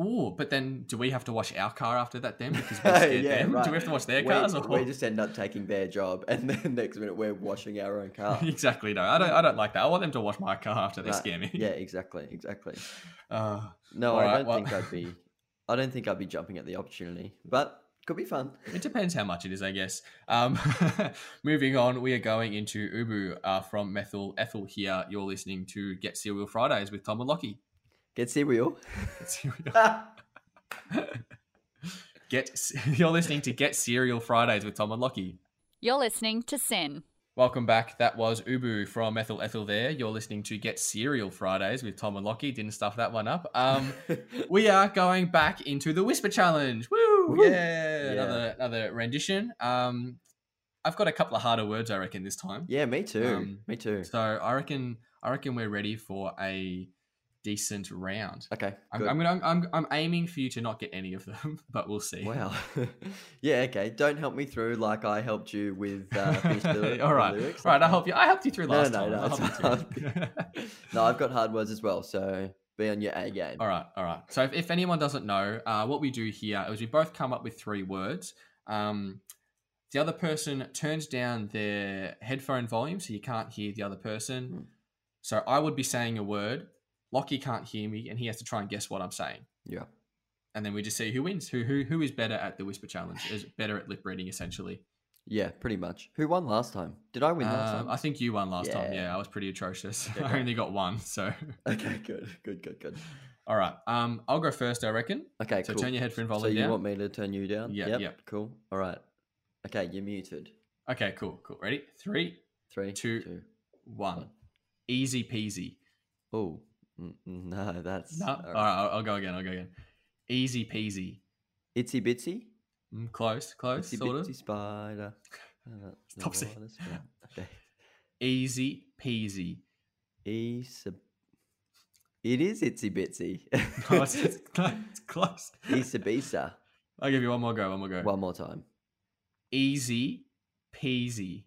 [SPEAKER 3] Ooh, but then do we have to wash our car after that then because we scared them? Do we have to wash their cars
[SPEAKER 4] we,
[SPEAKER 3] or
[SPEAKER 4] we just end up taking their job, and then next minute we're washing our own car.
[SPEAKER 3] exactly? No, I don't. I don't like that. I want them to wash my car after they
[SPEAKER 4] Right.
[SPEAKER 3] scare me.
[SPEAKER 4] Yeah, exactly, exactly.
[SPEAKER 3] Uh,
[SPEAKER 4] No, I
[SPEAKER 3] Alright,
[SPEAKER 4] don't
[SPEAKER 3] well-
[SPEAKER 4] think I'd be. I don't think I'd be jumping at the opportunity, but could be fun.
[SPEAKER 3] It depends how much it is, I guess. Um, moving on, we are going into Ubu uh, from Methyl Ethel here. You're listening to Get Serial Fridays with Tom and Lockie.
[SPEAKER 4] Get cereal.
[SPEAKER 3] Get Serial. Get, you're listening to Get Serial Fridays with Tom and Lockie.
[SPEAKER 5] You're listening to Sin.
[SPEAKER 3] Welcome back. That was Ubu from Methyl Ethel there. You're listening to Get Serial Fridays with Tom and Lockie. Didn't stuff that one up. Um, we are going back into the Whisper Challenge. Woo!
[SPEAKER 4] Woo!
[SPEAKER 3] Yeah,
[SPEAKER 4] Yeah.
[SPEAKER 3] Another, another rendition. Um, I've got a couple of harder words, I reckon, this time.
[SPEAKER 4] yeah, me too.
[SPEAKER 3] Um,
[SPEAKER 4] me too.
[SPEAKER 3] So I reckon I reckon we're ready for a decent round.
[SPEAKER 4] okay.
[SPEAKER 3] I'm,
[SPEAKER 4] good.
[SPEAKER 3] I'm, gonna, I'm, I'm aiming for you to not get any of them, but we'll see.
[SPEAKER 4] Wow. yeah. Okay. Don't help me through like I helped you with. Uh, finish the,
[SPEAKER 3] all right,
[SPEAKER 4] The lyrics.
[SPEAKER 3] all right. I
[SPEAKER 4] Okay.
[SPEAKER 3] helped you. I helped you through
[SPEAKER 4] No,
[SPEAKER 3] last
[SPEAKER 4] no,
[SPEAKER 3] time.
[SPEAKER 4] no,
[SPEAKER 3] I helped
[SPEAKER 4] it's
[SPEAKER 3] you through.
[SPEAKER 4] No, I've got hard words as well. So be on your A game.
[SPEAKER 3] All right, all right. So if, if anyone doesn't know, uh, what we do here is we both come up with three words. Um, the other person turns down their headphone volume so you can't hear the other person.
[SPEAKER 4] Hmm.
[SPEAKER 3] So I would be saying a word. Lockie can't hear me, and he has to try and guess what I'm saying.
[SPEAKER 4] Yeah.
[SPEAKER 3] And then we just see who wins. Who who who is better at the whisper challenge? Is better at lip reading essentially.
[SPEAKER 4] Yeah. Pretty much. Who won last time? Did I win last
[SPEAKER 3] Um,
[SPEAKER 4] time?
[SPEAKER 3] I think you won last time.
[SPEAKER 4] Yeah.
[SPEAKER 3] Yeah, I was pretty atrocious.
[SPEAKER 4] Yeah,
[SPEAKER 3] I
[SPEAKER 4] great.
[SPEAKER 3] only got one. So
[SPEAKER 4] Okay. Good. Good. Good. Good.
[SPEAKER 3] all right. Um, I'll go first. I reckon.
[SPEAKER 4] Okay.
[SPEAKER 3] So
[SPEAKER 4] cool.
[SPEAKER 3] turn your headphone
[SPEAKER 4] So
[SPEAKER 3] volume
[SPEAKER 4] you
[SPEAKER 3] down.
[SPEAKER 4] want me to turn you down?
[SPEAKER 3] Yeah,
[SPEAKER 4] Yep.
[SPEAKER 3] yep.
[SPEAKER 4] Cool. All right. Okay, you're muted.
[SPEAKER 3] Okay, cool, cool. Ready? Three,
[SPEAKER 4] Three,
[SPEAKER 3] Two. one.
[SPEAKER 4] One.
[SPEAKER 3] Easy peasy.
[SPEAKER 4] Oh no, that's
[SPEAKER 3] No,
[SPEAKER 4] all
[SPEAKER 3] all right, I'll, I'll go again. I'll go again. Easy peasy.
[SPEAKER 4] Itsy bitsy,
[SPEAKER 3] Mm, close, close,
[SPEAKER 4] itsy
[SPEAKER 3] sort
[SPEAKER 4] bitsy
[SPEAKER 3] of.
[SPEAKER 4] spider. uh, the
[SPEAKER 3] Stop saying-
[SPEAKER 4] water spout. Okay.
[SPEAKER 3] Easy peasy.
[SPEAKER 4] Easy. It is itsy bitsy.
[SPEAKER 3] No, it's, it's, close. it's close.
[SPEAKER 4] Issa bisa.
[SPEAKER 3] I'll give you one more go. One more go.
[SPEAKER 4] One more time.
[SPEAKER 3] Easy peasy.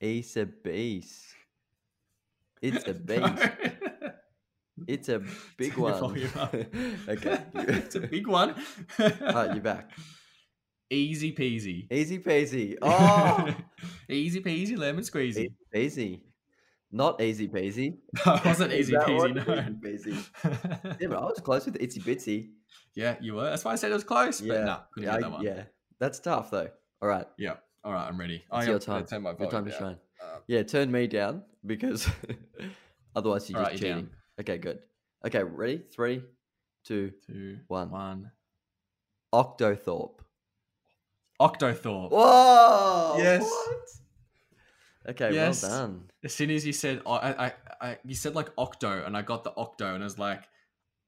[SPEAKER 4] Issa beast. It's a
[SPEAKER 3] No.
[SPEAKER 4] beast. It's a big
[SPEAKER 3] Turn your
[SPEAKER 4] one.
[SPEAKER 3] volume up.
[SPEAKER 4] okay.
[SPEAKER 3] it's a big one.
[SPEAKER 4] Alright, you're back.
[SPEAKER 3] Easy peasy.
[SPEAKER 4] Easy peasy. Oh,
[SPEAKER 3] easy peasy lemon squeezy.
[SPEAKER 4] easy peasy. Not easy peasy.
[SPEAKER 3] No, it wasn't easy
[SPEAKER 4] That wasn't
[SPEAKER 3] peasy.
[SPEAKER 4] easy peasy.
[SPEAKER 3] No.
[SPEAKER 4] Damn, it, I was close with itsy bitsy.
[SPEAKER 3] yeah, you were. That's why I said it was close.
[SPEAKER 4] Yeah.
[SPEAKER 3] But no, couldn't
[SPEAKER 4] yeah,
[SPEAKER 3] get
[SPEAKER 4] I-
[SPEAKER 3] that one.
[SPEAKER 4] yeah. That's tough though. All right.
[SPEAKER 3] All right, I'm ready.
[SPEAKER 4] It's
[SPEAKER 3] I
[SPEAKER 4] your
[SPEAKER 3] am- I
[SPEAKER 4] time.
[SPEAKER 3] Turn my
[SPEAKER 4] Your
[SPEAKER 3] volume
[SPEAKER 4] time to
[SPEAKER 3] down.
[SPEAKER 4] shine.
[SPEAKER 3] Uh,
[SPEAKER 4] Yeah, turn me down because otherwise you're
[SPEAKER 3] All
[SPEAKER 4] just
[SPEAKER 3] right, you're down.
[SPEAKER 4] cheating. Okay, good. Okay, ready? Three, two,
[SPEAKER 3] Two,
[SPEAKER 4] one.
[SPEAKER 3] one.
[SPEAKER 4] Octothorpe.
[SPEAKER 3] Octothorpe.
[SPEAKER 4] Whoa!
[SPEAKER 3] Yes.
[SPEAKER 4] Okay,
[SPEAKER 3] Yes.
[SPEAKER 4] well done.
[SPEAKER 3] As soon as you said, oh, I, I, I, you said like octo, and I got the octo, and I was like,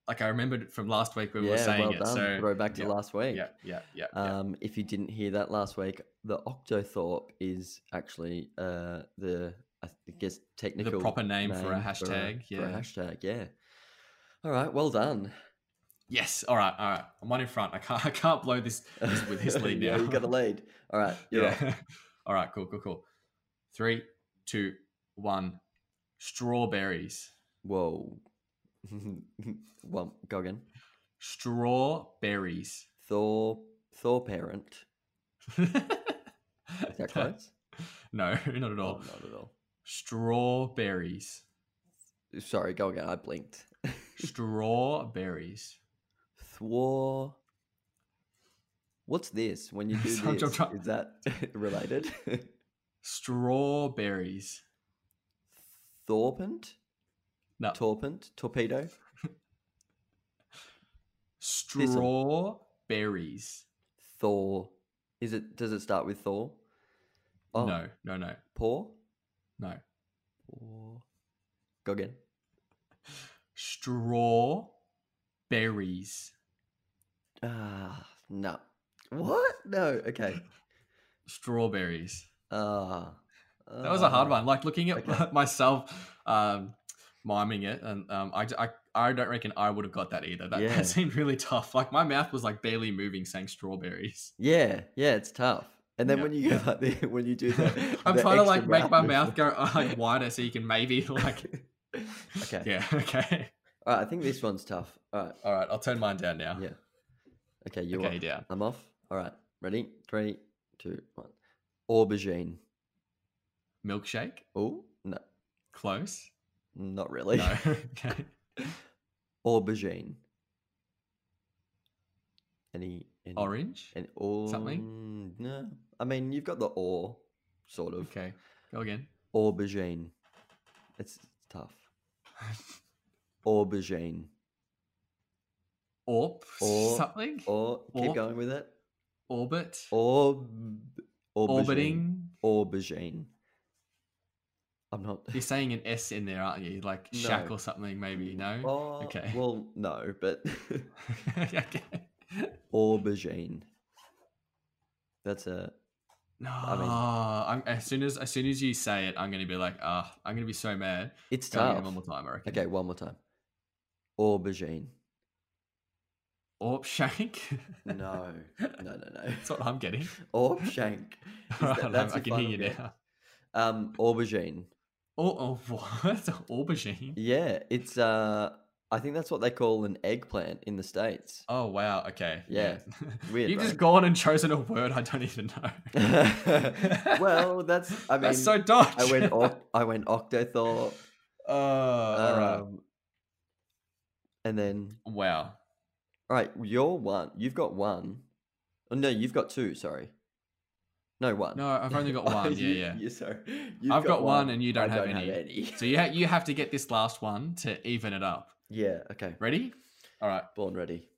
[SPEAKER 3] like I remembered from last week when we were
[SPEAKER 4] yeah,
[SPEAKER 3] saying
[SPEAKER 4] well
[SPEAKER 3] it.
[SPEAKER 4] done.
[SPEAKER 3] So
[SPEAKER 4] Throw back to
[SPEAKER 3] yeah,
[SPEAKER 4] last week.
[SPEAKER 3] yeah, yeah, yeah, yeah.
[SPEAKER 4] Um, if you didn't hear that last week, the Octothorpe is actually uh, the I guess
[SPEAKER 3] the
[SPEAKER 4] technical
[SPEAKER 3] proper name, for a
[SPEAKER 4] for
[SPEAKER 3] hashtag.
[SPEAKER 4] for a
[SPEAKER 3] yeah.
[SPEAKER 4] hashtag. Yeah. All right. Well done.
[SPEAKER 3] yes. All right. All right. I'm one in front. I can't. I can't blow this, this with his lead
[SPEAKER 4] yeah,
[SPEAKER 3] now.
[SPEAKER 4] you got a lead. All right. You're yeah.
[SPEAKER 3] yeah. All right. Cool. Cool. Cool. Three, two, one. Strawberries.
[SPEAKER 4] Whoa. One. Go again.
[SPEAKER 3] Strawberries.
[SPEAKER 4] Thor. Thor parent.
[SPEAKER 3] Is
[SPEAKER 4] Is that close?
[SPEAKER 3] No, not at
[SPEAKER 4] Oh,
[SPEAKER 3] all.
[SPEAKER 4] not at all.
[SPEAKER 3] Strawberries.
[SPEAKER 4] Sorry. Go again. I blinked.
[SPEAKER 3] Strawberries.
[SPEAKER 4] Thwar. What's this? When you do
[SPEAKER 3] So I'm
[SPEAKER 4] this,
[SPEAKER 3] try-
[SPEAKER 4] is that related?
[SPEAKER 3] Strawberries.
[SPEAKER 4] Thorpent.
[SPEAKER 3] No.
[SPEAKER 4] Torpent. Torpedo. one.
[SPEAKER 3] Strawberries.
[SPEAKER 4] Thor. Is it? Does it start with Thor? Oh,
[SPEAKER 3] No, no, no,
[SPEAKER 4] Paw.
[SPEAKER 3] no.
[SPEAKER 4] Paw. Go again.
[SPEAKER 3] Strawberries.
[SPEAKER 4] Ah, no. What? No. Okay.
[SPEAKER 3] Strawberries.
[SPEAKER 4] Ah.
[SPEAKER 3] That was a hard
[SPEAKER 4] ah.
[SPEAKER 3] one. Like looking at
[SPEAKER 4] okay.
[SPEAKER 3] myself um, miming it, and um, I, I, I don't reckon I would have got that either. That,
[SPEAKER 4] Yeah.
[SPEAKER 3] that seemed really tough. Like my mouth was like barely moving, saying strawberries.
[SPEAKER 4] Yeah. Yeah. It's tough. And then
[SPEAKER 3] Yeah,
[SPEAKER 4] when you
[SPEAKER 3] yeah.
[SPEAKER 4] go like the, when you do that,
[SPEAKER 3] I'm trying to like make my mouth go uh, like wider so you can maybe like.
[SPEAKER 4] okay.
[SPEAKER 3] Yeah. Okay.
[SPEAKER 4] All right. I think this one's tough. All right.
[SPEAKER 3] All right. I'll turn mine down now.
[SPEAKER 4] Yeah. Okay. You
[SPEAKER 3] okay.
[SPEAKER 4] are.
[SPEAKER 3] Down.
[SPEAKER 4] I'm off. All right. Ready? Three, two, one. Aubergine.
[SPEAKER 3] Milkshake.
[SPEAKER 4] Oh no,
[SPEAKER 3] Close.
[SPEAKER 4] not really.
[SPEAKER 3] No. okay.
[SPEAKER 4] Aubergine. Any, any
[SPEAKER 3] Orange.
[SPEAKER 4] And or
[SPEAKER 3] Something?
[SPEAKER 4] No, I mean you've got the or, sort of.
[SPEAKER 3] Okay. Go again.
[SPEAKER 4] Aubergine. It's, it's tough. Aubergine.
[SPEAKER 3] Orp.
[SPEAKER 4] Or-
[SPEAKER 3] something.
[SPEAKER 4] Or keep
[SPEAKER 3] Or-
[SPEAKER 4] going with it.
[SPEAKER 3] Orbit.
[SPEAKER 4] Orb.
[SPEAKER 3] Orbiting.
[SPEAKER 4] Aubergine. Aubergine. I'm not.
[SPEAKER 3] You're saying an S in there, aren't you? Like
[SPEAKER 4] No.
[SPEAKER 3] shack or something, maybe. No.
[SPEAKER 4] Oh,
[SPEAKER 3] okay.
[SPEAKER 4] Well, no, but
[SPEAKER 3] okay.
[SPEAKER 4] aubergine. That's a
[SPEAKER 3] No,
[SPEAKER 4] mean-
[SPEAKER 3] I'm, as soon as as soon as you say it, I'm gonna be like, ah, I'm gonna be so mad.
[SPEAKER 4] It's
[SPEAKER 3] Go again
[SPEAKER 4] tough.
[SPEAKER 3] one more time, I reckon.
[SPEAKER 4] Okay, one more time. Aubergine.
[SPEAKER 3] Orp shank.
[SPEAKER 4] No, no, no, no.
[SPEAKER 3] That's what I'm getting.
[SPEAKER 4] Orb shank. Is
[SPEAKER 3] All
[SPEAKER 4] that-
[SPEAKER 3] right,
[SPEAKER 4] that's
[SPEAKER 3] I
[SPEAKER 4] your
[SPEAKER 3] can hear
[SPEAKER 4] final
[SPEAKER 3] you
[SPEAKER 4] guess?
[SPEAKER 3] now.
[SPEAKER 4] Um, aubergine.
[SPEAKER 3] Oh, oh, what? Aubergine.
[SPEAKER 4] Yeah, it's uh, I think that's what they call an eggplant in the states.
[SPEAKER 3] Oh wow. Okay.
[SPEAKER 4] Yeah. Weird,
[SPEAKER 3] You've
[SPEAKER 4] right?
[SPEAKER 3] just gone and chosen a word I don't even know.
[SPEAKER 4] well, that's. I mean,
[SPEAKER 3] That's so dodgy.
[SPEAKER 4] I went. Oc- I went octothorpe.
[SPEAKER 3] Uh, all right.
[SPEAKER 4] um, And then,
[SPEAKER 3] Wow.
[SPEAKER 4] all right, you're one. You've got one. Oh, no, you've got two. Sorry. No one. Oh,
[SPEAKER 3] No, I've only got one. Yeah,
[SPEAKER 4] you,
[SPEAKER 3] yeah.
[SPEAKER 4] you- sorry. You've
[SPEAKER 3] I've got one and you
[SPEAKER 4] I
[SPEAKER 3] don't have any. So you ha- you have to get this last one to even it up.
[SPEAKER 4] yeah. Okay.
[SPEAKER 3] Ready? All right.
[SPEAKER 4] Born ready.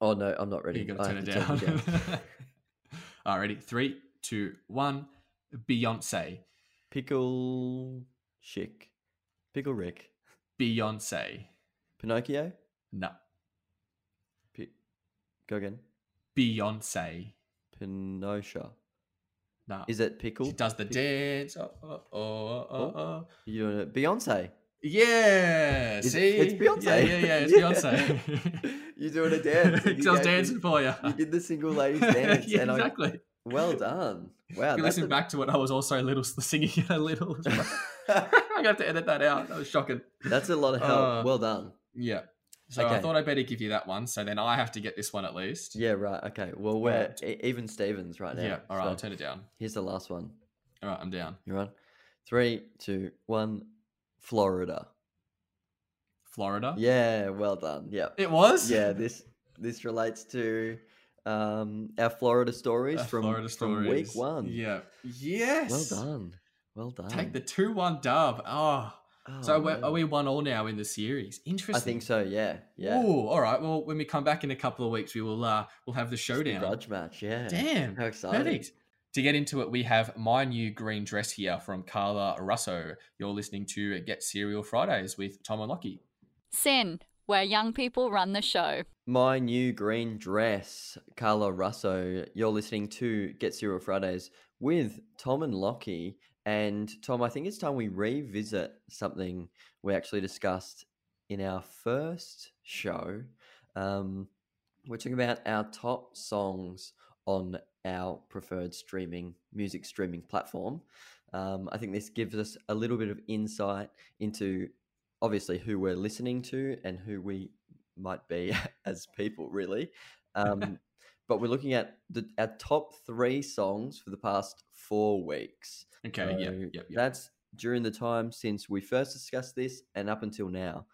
[SPEAKER 4] Oh no, I'm not ready.
[SPEAKER 3] You gotta
[SPEAKER 4] I
[SPEAKER 3] turn
[SPEAKER 4] have
[SPEAKER 3] it
[SPEAKER 4] to
[SPEAKER 3] down.
[SPEAKER 4] turn it
[SPEAKER 3] All right. Ready? Three, two, one. Beyonce.
[SPEAKER 4] Pickle chick. Pickle Rick.
[SPEAKER 3] Beyonce.
[SPEAKER 4] Pinocchio.
[SPEAKER 3] No.
[SPEAKER 4] Pi- Go again.
[SPEAKER 3] Beyonce.
[SPEAKER 4] Pinocha.
[SPEAKER 3] No.
[SPEAKER 4] Is it pickle?
[SPEAKER 3] She does the
[SPEAKER 4] Pic-
[SPEAKER 3] dance. Oh, oh, oh, oh,
[SPEAKER 4] Oh. You doing it? Beyonce.
[SPEAKER 3] Yeah.
[SPEAKER 4] It's-
[SPEAKER 3] see,
[SPEAKER 4] it's Beyonce.
[SPEAKER 3] Yeah, yeah, yeah. It's
[SPEAKER 4] Yeah.
[SPEAKER 3] Beyonce.
[SPEAKER 4] You're doing a dance. and you
[SPEAKER 3] Just
[SPEAKER 4] gave me-
[SPEAKER 3] dancing for you.
[SPEAKER 4] You did the single ladies dance,
[SPEAKER 3] yeah,
[SPEAKER 4] and
[SPEAKER 3] exactly.
[SPEAKER 4] I well done. Wow,
[SPEAKER 3] if you
[SPEAKER 4] that's
[SPEAKER 3] listen
[SPEAKER 4] a-
[SPEAKER 3] back to it, I was also a little singing it a little. as well. I'm gonna have to edit that out. That was shocking.
[SPEAKER 4] that's a lot of help.
[SPEAKER 3] Uh,
[SPEAKER 4] well done.
[SPEAKER 3] Yeah. So I
[SPEAKER 4] Okay.
[SPEAKER 3] thought I better give you that one. So then I have to get this one at least.
[SPEAKER 4] Yeah, right. Okay. Well, we're e- even Stevens right now.
[SPEAKER 3] Yeah. All right.
[SPEAKER 4] so
[SPEAKER 3] I'll turn it down.
[SPEAKER 4] Here's the last one.
[SPEAKER 3] All right. I'm down.
[SPEAKER 4] You're on. Three, two, one. Florida.
[SPEAKER 3] Florida.
[SPEAKER 4] Yeah, well done. Yeah.
[SPEAKER 3] It was.
[SPEAKER 4] Yeah, this this relates to um, our Florida stories
[SPEAKER 3] Uh,
[SPEAKER 4] from,
[SPEAKER 3] Florida
[SPEAKER 4] from
[SPEAKER 3] stories.
[SPEAKER 4] week one.
[SPEAKER 3] Yeah. Yes.
[SPEAKER 4] Well done. Well done.
[SPEAKER 3] Take the two-one dub. Oh.
[SPEAKER 4] Oh,
[SPEAKER 3] so we're,
[SPEAKER 4] man.
[SPEAKER 3] are we one all now in the series? Interesting.
[SPEAKER 4] I think so. Yeah. Yeah.
[SPEAKER 3] Ooh, all right. Well, when we come back in a couple of weeks, we will uh we'll have the
[SPEAKER 4] The
[SPEAKER 3] showdown.
[SPEAKER 4] grudge match. Yeah.
[SPEAKER 3] Damn.
[SPEAKER 4] How exciting.
[SPEAKER 3] Perfect. To get into it, we have my new green dress here from Carla Russo. You're listening to Get Serial Fridays with Tom and Lockie.
[SPEAKER 5] Sin, where young people run the show.
[SPEAKER 4] My new green dress, Carla Russo. You're listening to Get Serial Fridays with Tom and Lockie. And Tom, I think it's time we revisit something we actually discussed in our first show. Um, we're talking about our top songs on our preferred streaming music streaming platform. Um, I think this gives us a little bit of insight into obviously who we're listening to and who we might be as people, really. Um, but we're looking at the, our top three songs for the past four weeks.
[SPEAKER 3] Okay, yeah,
[SPEAKER 4] So
[SPEAKER 3] yeah, yeah.
[SPEAKER 4] That's during the time since we first discussed this and up until now.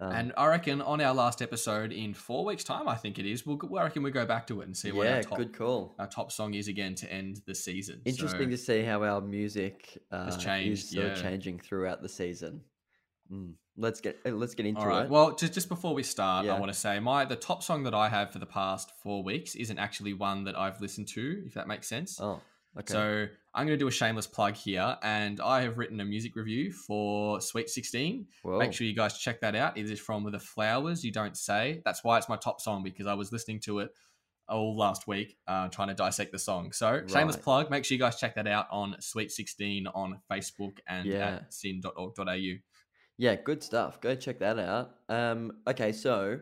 [SPEAKER 4] Um,
[SPEAKER 3] And I reckon on our last episode in four weeks' time, I think it is, we'll, I reckon we'll go back to it and see what
[SPEAKER 4] yeah,
[SPEAKER 3] our top,
[SPEAKER 4] good call.
[SPEAKER 3] our top song is again to end the season. So,
[SPEAKER 4] Interesting to see how our music uh,
[SPEAKER 3] changed,
[SPEAKER 4] is sort of
[SPEAKER 3] yeah.
[SPEAKER 4] changing throughout the season. Mm. Let's get uh, let's get into
[SPEAKER 3] all right.
[SPEAKER 4] it.
[SPEAKER 3] Well, just just before we start, I
[SPEAKER 4] Yeah.
[SPEAKER 3] want to say my the top song that I have for the past four weeks isn't actually one that I've listened to, if that makes sense.
[SPEAKER 4] oh, okay.
[SPEAKER 3] So I'm going to do a shameless plug here, and I have written a music review for Sweet 16.
[SPEAKER 4] Whoa.
[SPEAKER 3] Make sure you guys check that out. It is from The Flowers You Don't Say. That's why it's my top song because I was listening to it all last week, uh, trying to dissect the song. So shameless
[SPEAKER 4] Right.
[SPEAKER 3] plug. Make sure you guys check that out on Sweet 16 on Facebook and
[SPEAKER 4] Yeah.
[SPEAKER 3] at sin.org.au.
[SPEAKER 4] yeah, good stuff. Go check that out. Um, okay, so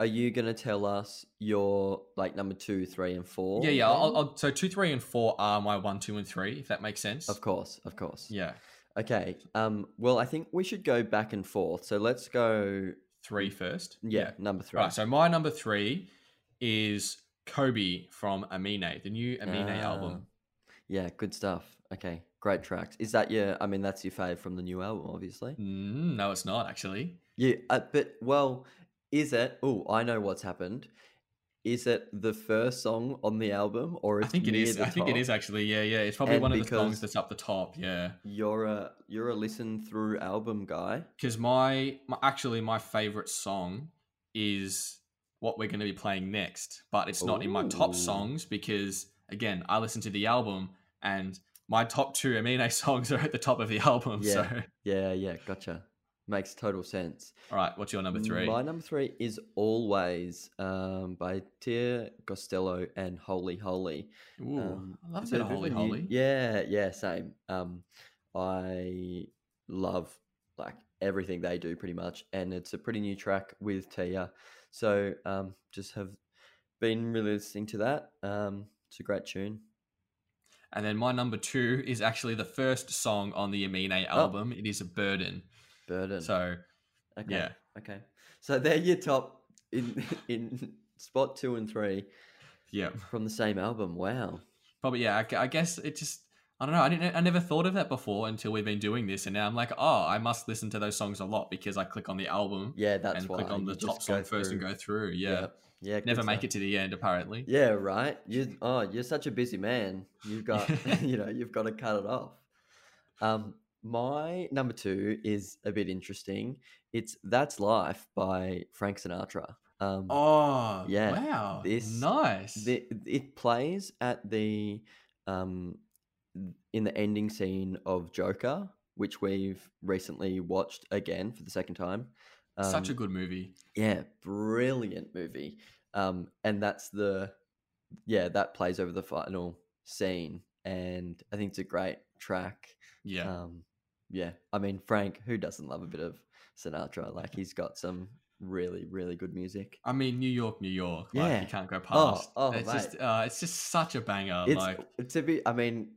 [SPEAKER 4] are you gonna tell us your like number two, three, and four?
[SPEAKER 3] Yeah, yeah.
[SPEAKER 4] then?
[SPEAKER 3] I'll, I'll, so two, three, and four are my one, two, and three. If that makes sense.
[SPEAKER 4] of course, of course.
[SPEAKER 3] Yeah,
[SPEAKER 4] Okay. Um, well, I think we should go back and forth. So let's go.
[SPEAKER 3] three first.
[SPEAKER 4] Yeah, number three.
[SPEAKER 3] Right. So my number three is Kobe from Amine, the new Amine
[SPEAKER 4] Ah.
[SPEAKER 3] album.
[SPEAKER 4] Um, Yeah, good stuff. Okay, great tracks. Is that your? I mean, that's your fave from the new album, obviously.
[SPEAKER 3] Mm, no, it's not actually.
[SPEAKER 4] Yeah, uh, but well, is it? Oh, I know what's happened. Is it the first song on the album, or
[SPEAKER 3] I
[SPEAKER 4] it's
[SPEAKER 3] think it
[SPEAKER 4] near
[SPEAKER 3] is.
[SPEAKER 4] the
[SPEAKER 3] I think it
[SPEAKER 4] top?
[SPEAKER 3] is actually. Yeah, yeah. It's probably
[SPEAKER 4] And
[SPEAKER 3] one of the songs
[SPEAKER 4] because-
[SPEAKER 3] that's up the top. Yeah.
[SPEAKER 4] You're a you're a listen through album guy.
[SPEAKER 3] Because my, my actually my favorite song is what we're going to be playing next, but it's not in my top
[SPEAKER 4] Ooh.
[SPEAKER 3] songs because again, I listen to the album and my top two Amine songs are at the top of the album.
[SPEAKER 4] Yeah.
[SPEAKER 3] So,
[SPEAKER 4] Yeah, yeah, gotcha. Makes total sense.
[SPEAKER 3] all right, what's your number three?
[SPEAKER 4] My number three is Always um, by Tia Costello and Holy Holy.
[SPEAKER 3] Ooh,
[SPEAKER 4] Um,
[SPEAKER 3] I love a
[SPEAKER 4] so
[SPEAKER 3] bit of
[SPEAKER 4] bit
[SPEAKER 3] holy
[SPEAKER 4] new-
[SPEAKER 3] holy.
[SPEAKER 4] Yeah, yeah, same. Um, I love like everything they do pretty much, and it's a pretty new track with Tia. So um, just have been really listening to that. Um, it's a great tune.
[SPEAKER 3] And then my number two is actually the first song on the Amine album. It is a burden.
[SPEAKER 4] Oh. Burden.
[SPEAKER 3] So
[SPEAKER 4] okay,
[SPEAKER 3] yeah.
[SPEAKER 4] okay. So they're your top in in spot two and three
[SPEAKER 3] yeah,
[SPEAKER 4] from the same album. Wow.
[SPEAKER 3] probably yeah. I gu- I, guess it just I don't know. I didn't. I never thought of that before until we've been doing this, and now I'm like, oh, I must listen to those songs a lot because I click on the album
[SPEAKER 4] Yeah, that's
[SPEAKER 3] and
[SPEAKER 4] why.
[SPEAKER 3] click on
[SPEAKER 4] you
[SPEAKER 3] the
[SPEAKER 4] just
[SPEAKER 3] top song
[SPEAKER 4] go
[SPEAKER 3] first and
[SPEAKER 4] through.
[SPEAKER 3] go through. Yeah,
[SPEAKER 4] Yeah. good
[SPEAKER 3] never
[SPEAKER 4] stuff.
[SPEAKER 3] make it to the end apparently.
[SPEAKER 4] Yeah, right. You oh, you're such a busy man. You've got you know, you've got to cut it off. Um, my number two is a bit interesting. It's That's Life by Frank Sinatra. Um
[SPEAKER 3] Oh
[SPEAKER 4] Yeah,
[SPEAKER 3] wow,
[SPEAKER 4] this-
[SPEAKER 3] nice.
[SPEAKER 4] the, it plays at the um in the ending scene of Joker, which we've recently watched again for the second time.
[SPEAKER 3] Such a
[SPEAKER 4] Um,
[SPEAKER 3] good movie.
[SPEAKER 4] yeah, brilliant movie. Um, and that's the yeah that plays over the final scene, and I think it's a great track.
[SPEAKER 3] Yeah,
[SPEAKER 4] Um, yeah, I mean Frank, who doesn't love a bit of Sinatra? Like he's got some really, really good music.
[SPEAKER 3] I mean, New York, New York. Like
[SPEAKER 4] Yeah.
[SPEAKER 3] you can't go
[SPEAKER 4] Oh,
[SPEAKER 3] past.
[SPEAKER 4] oh,
[SPEAKER 3] it's
[SPEAKER 4] mate.
[SPEAKER 3] just uh, it's just such a banger.
[SPEAKER 4] It's
[SPEAKER 3] like
[SPEAKER 4] to be. I mean,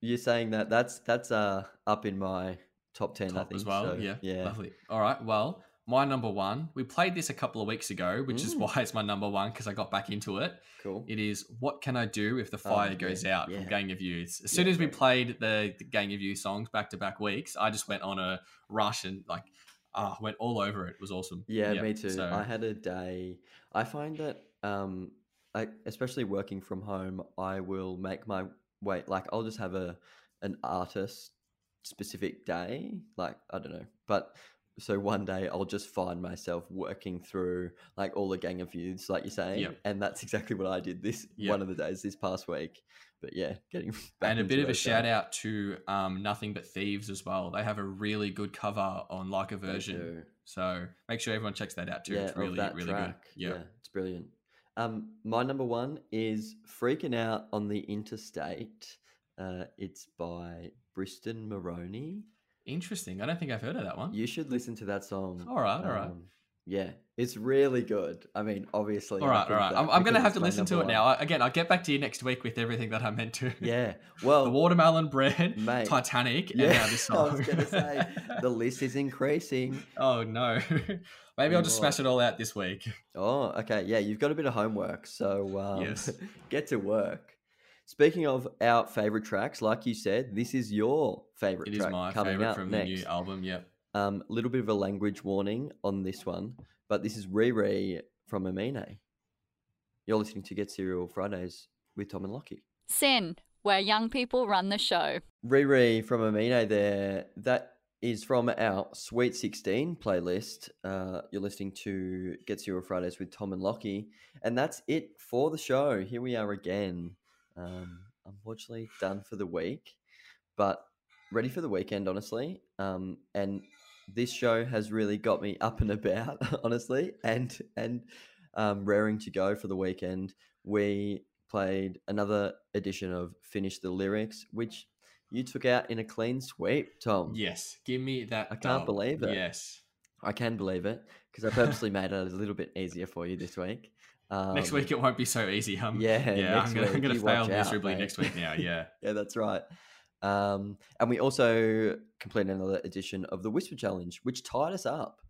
[SPEAKER 4] you're saying that that's that's uh up in my top ten. I
[SPEAKER 3] top
[SPEAKER 4] think
[SPEAKER 3] as well.
[SPEAKER 4] so,
[SPEAKER 3] yeah,
[SPEAKER 4] yeah.
[SPEAKER 3] Lovely. All right. Well, my number one. We played this a couple of weeks ago, which is
[SPEAKER 4] Mm.
[SPEAKER 3] why it's my number one because I got back into it.
[SPEAKER 4] Cool.
[SPEAKER 3] It is what can I do if the
[SPEAKER 4] Oh,
[SPEAKER 3] fire
[SPEAKER 4] yeah,
[SPEAKER 3] goes out
[SPEAKER 4] yeah.
[SPEAKER 3] from Gang of Youths. As
[SPEAKER 4] Yeah,
[SPEAKER 3] soon as we
[SPEAKER 4] great.
[SPEAKER 3] played the, the Gang of Youth songs back to back weeks, I just went on a rush and like ah went all over it. It was awesome.
[SPEAKER 4] Yeah, me too.
[SPEAKER 3] so-
[SPEAKER 4] I had a day. I find that, um, I, especially working from home, I will make my way. Like, I'll just have a an artist specific day. Like, I don't know, but so one day I'll just find myself working through like all the gang of youths, like you're saying,
[SPEAKER 3] Yep.
[SPEAKER 4] and that's exactly what I did this
[SPEAKER 3] Yep.
[SPEAKER 4] one of the days this past week. But yeah, getting back
[SPEAKER 3] and a
[SPEAKER 4] into
[SPEAKER 3] bit of a
[SPEAKER 4] it, so-
[SPEAKER 3] shout out to um, Nothing But Thieves as well. They have a really good cover on Like a
[SPEAKER 4] They
[SPEAKER 3] Version.
[SPEAKER 4] do.
[SPEAKER 3] So make sure everyone checks that out too. it's
[SPEAKER 4] of
[SPEAKER 3] really,
[SPEAKER 4] that
[SPEAKER 3] really
[SPEAKER 4] track.
[SPEAKER 3] good. Yeah.
[SPEAKER 4] it's brilliant. Um, my number one is "Freaking Out on the Interstate." Uh, it's by Briston Maroney.
[SPEAKER 3] Interesting. I don't think I've heard of that one.
[SPEAKER 4] You should listen to that song.
[SPEAKER 3] All right, all right.
[SPEAKER 4] Um, yeah, it's really good. I mean, obviously.
[SPEAKER 3] all
[SPEAKER 4] I
[SPEAKER 3] right, all
[SPEAKER 4] picked
[SPEAKER 3] right.
[SPEAKER 4] that
[SPEAKER 3] I'm, I'm going to
[SPEAKER 4] because
[SPEAKER 3] have
[SPEAKER 4] it's
[SPEAKER 3] to
[SPEAKER 4] my
[SPEAKER 3] listen to it
[SPEAKER 4] number
[SPEAKER 3] now.
[SPEAKER 4] one.
[SPEAKER 3] I, again, I'll get back to you next week with everything that I meant to.
[SPEAKER 4] Yeah. Well,
[SPEAKER 3] the watermelon bread,
[SPEAKER 4] mate.
[SPEAKER 3] Titanic,
[SPEAKER 4] Yeah,
[SPEAKER 3] and now this
[SPEAKER 4] I
[SPEAKER 3] song.
[SPEAKER 4] was gonna say the list is increasing.
[SPEAKER 3] oh no. Maybe I'll just smash it all out this week.
[SPEAKER 4] Oh, okay. Yeah, you've got a bit of homework, so um,
[SPEAKER 3] Yes.
[SPEAKER 4] get to work. Speaking of our favorite tracks, like you said, this is your favorite
[SPEAKER 3] It is
[SPEAKER 4] track
[SPEAKER 3] my
[SPEAKER 4] coming
[SPEAKER 3] favorite
[SPEAKER 4] out
[SPEAKER 3] from
[SPEAKER 4] next.
[SPEAKER 3] the new album. Yep.
[SPEAKER 4] Um, little bit of a language warning on this one, but this is Riri from Amine. You're listening to Get Serial Fridays with Tom and Lockie.
[SPEAKER 5] Sin, where young people run the show.
[SPEAKER 4] Riri from Amino there. That is from our Sweet 16 playlist. Uh, you're listening to Get Zero Fridays with Tom and Lockie. And that's it for the show. Here we are again. Um, unfortunately, done for the week, but ready for the weekend, honestly. Um, and this show has really got me up and about, honestly, and and um, raring to go for the weekend. We played another edition of Finish the Lyrics, which you took out in a clean sweep, Tom.
[SPEAKER 3] Yes. Give me that.
[SPEAKER 4] Um, I can't
[SPEAKER 3] dub.
[SPEAKER 4] believe it.
[SPEAKER 3] Yes.
[SPEAKER 4] I can believe it because I purposely made it a little bit easier for you this week. Um,
[SPEAKER 3] next week it won't be so easy. Um,
[SPEAKER 4] yeah,
[SPEAKER 3] yeah.
[SPEAKER 4] next
[SPEAKER 3] I'm gonna, I'm
[SPEAKER 4] week,
[SPEAKER 3] gonna
[SPEAKER 4] you watch
[SPEAKER 3] fail
[SPEAKER 4] out,
[SPEAKER 3] miserably
[SPEAKER 4] mate.
[SPEAKER 3] next week now. Yeah.
[SPEAKER 4] yeah, that's right. Um, and we also completed another edition of the Whisper Challenge, which tied us up,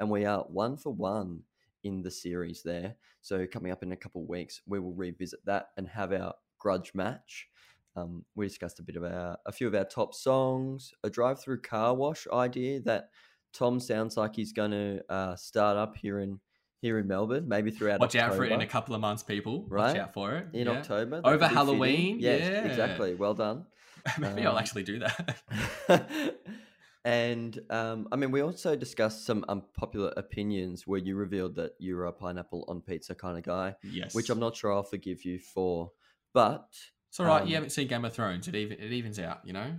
[SPEAKER 4] and we are one for one in the series there. So coming up in a couple of weeks, we will revisit that and have our grudge match. Um, we discussed a bit of our, a few of our top songs, a drive-through car wash idea that Tom sounds like he's going to uh, start up here in here in Melbourne, maybe throughout
[SPEAKER 3] Watch out for it in
[SPEAKER 4] October
[SPEAKER 3] a couple of months, people.
[SPEAKER 4] Right?
[SPEAKER 3] Watch out for it.
[SPEAKER 4] in
[SPEAKER 3] yeah.
[SPEAKER 4] October that
[SPEAKER 3] Over
[SPEAKER 4] could be fitting.
[SPEAKER 3] Halloween?
[SPEAKER 4] Yes,
[SPEAKER 3] Yeah.
[SPEAKER 4] exactly. Well done.
[SPEAKER 3] Maybe
[SPEAKER 4] Um,
[SPEAKER 3] I'll actually do that.
[SPEAKER 4] and um, I mean, we also discussed some unpopular opinions where you revealed that you're a pineapple on pizza kind of guy,
[SPEAKER 3] yes.
[SPEAKER 4] which I'm not sure I'll forgive you for. But
[SPEAKER 3] It's all right.
[SPEAKER 4] um,
[SPEAKER 3] you haven't seen Game of Thrones. It even it evens out. You know.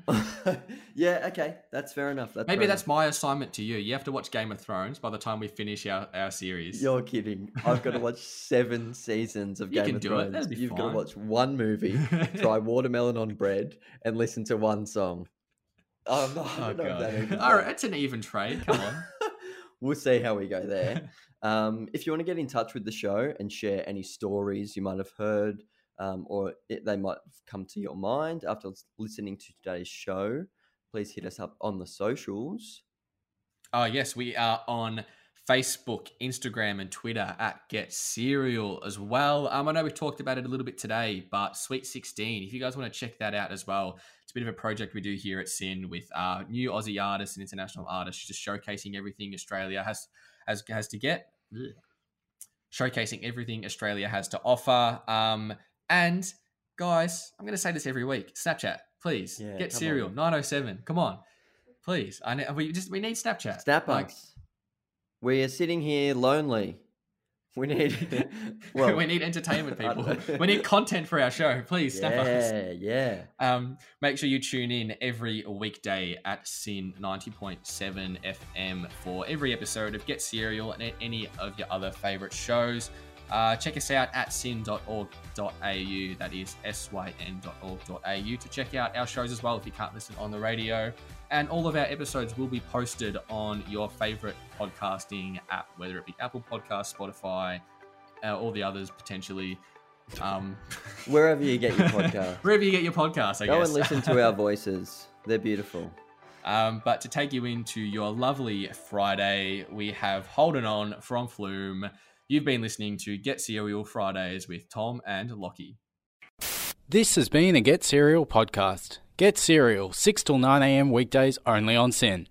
[SPEAKER 4] yeah, okay, that's fair enough. That's
[SPEAKER 3] Maybe
[SPEAKER 4] fair
[SPEAKER 3] that's
[SPEAKER 4] enough.
[SPEAKER 3] my assignment to you. You have to watch Game of Thrones by the time we finish our, our series.
[SPEAKER 4] You're kidding. I've got to watch seven seasons of
[SPEAKER 3] You
[SPEAKER 4] Game
[SPEAKER 3] can
[SPEAKER 4] of
[SPEAKER 3] do it,
[SPEAKER 4] Thrones.
[SPEAKER 3] that'd be
[SPEAKER 4] You've got
[SPEAKER 3] fine.
[SPEAKER 4] to watch one movie, try watermelon on bread, and listen to one song. Oh, no, I
[SPEAKER 3] Oh,
[SPEAKER 4] don't know if that
[SPEAKER 3] God.
[SPEAKER 4] evens
[SPEAKER 3] All
[SPEAKER 4] out.
[SPEAKER 3] right, it's an even trade. Come on.
[SPEAKER 4] we'll see how we go there. Um, if you want to get in touch with the show and share any stories you might have heard um, or it, they might have come to your mind after lis- listening to today's show, please hit us up on the socials.
[SPEAKER 3] Oh, yes, we are on Facebook, Instagram, and Twitter at Get Serial as well. Um, I know we talked about it a little bit today, but Sweet 16, if you guys want to check that out as well, it's a bit of a project we do here at Sin with uh, new Aussie artists and international artists, just showcasing everything Australia has has, has to get, Ugh. showcasing everything Australia has to offer. Um, and guys, I'm going to say this every week Snapchat, please,
[SPEAKER 4] Yeah,
[SPEAKER 3] Get
[SPEAKER 4] come
[SPEAKER 3] Serial
[SPEAKER 4] on.
[SPEAKER 3] 907, come on. Please, I know, we just we need Snapchat.
[SPEAKER 4] Snap
[SPEAKER 3] Like,
[SPEAKER 4] us. We are sitting here lonely. We need, well,
[SPEAKER 3] we need entertainment,
[SPEAKER 4] I don't
[SPEAKER 3] people.
[SPEAKER 4] know.
[SPEAKER 3] we need content for our show. Please step us.
[SPEAKER 4] yeah, yeah.
[SPEAKER 3] Um, make sure you tune in every weekday at Sin 90.7 FM for every episode of Get Serial and any of your other favorite shows. Uh, check us out at sin.org.au. That is syn.org.au to check out our shows as well if you can't listen on the radio. And all of our episodes will be posted on your favorite podcasting app, whether it be Apple Podcasts, Spotify, uh, all the others potentially. Um,
[SPEAKER 4] Wherever you get your podcast,
[SPEAKER 3] wherever you get your podcast, I
[SPEAKER 4] go
[SPEAKER 3] guess.
[SPEAKER 4] and listen to our voices. They're beautiful.
[SPEAKER 3] Um, but to take you into your lovely Friday, we have Holden On from Flume. You've been listening to Get Serial Fridays with Tom and Lockie.
[SPEAKER 1] This has been a Get Serial podcast. Get Serial, 6 till 9 a.m. weekdays only on Sin.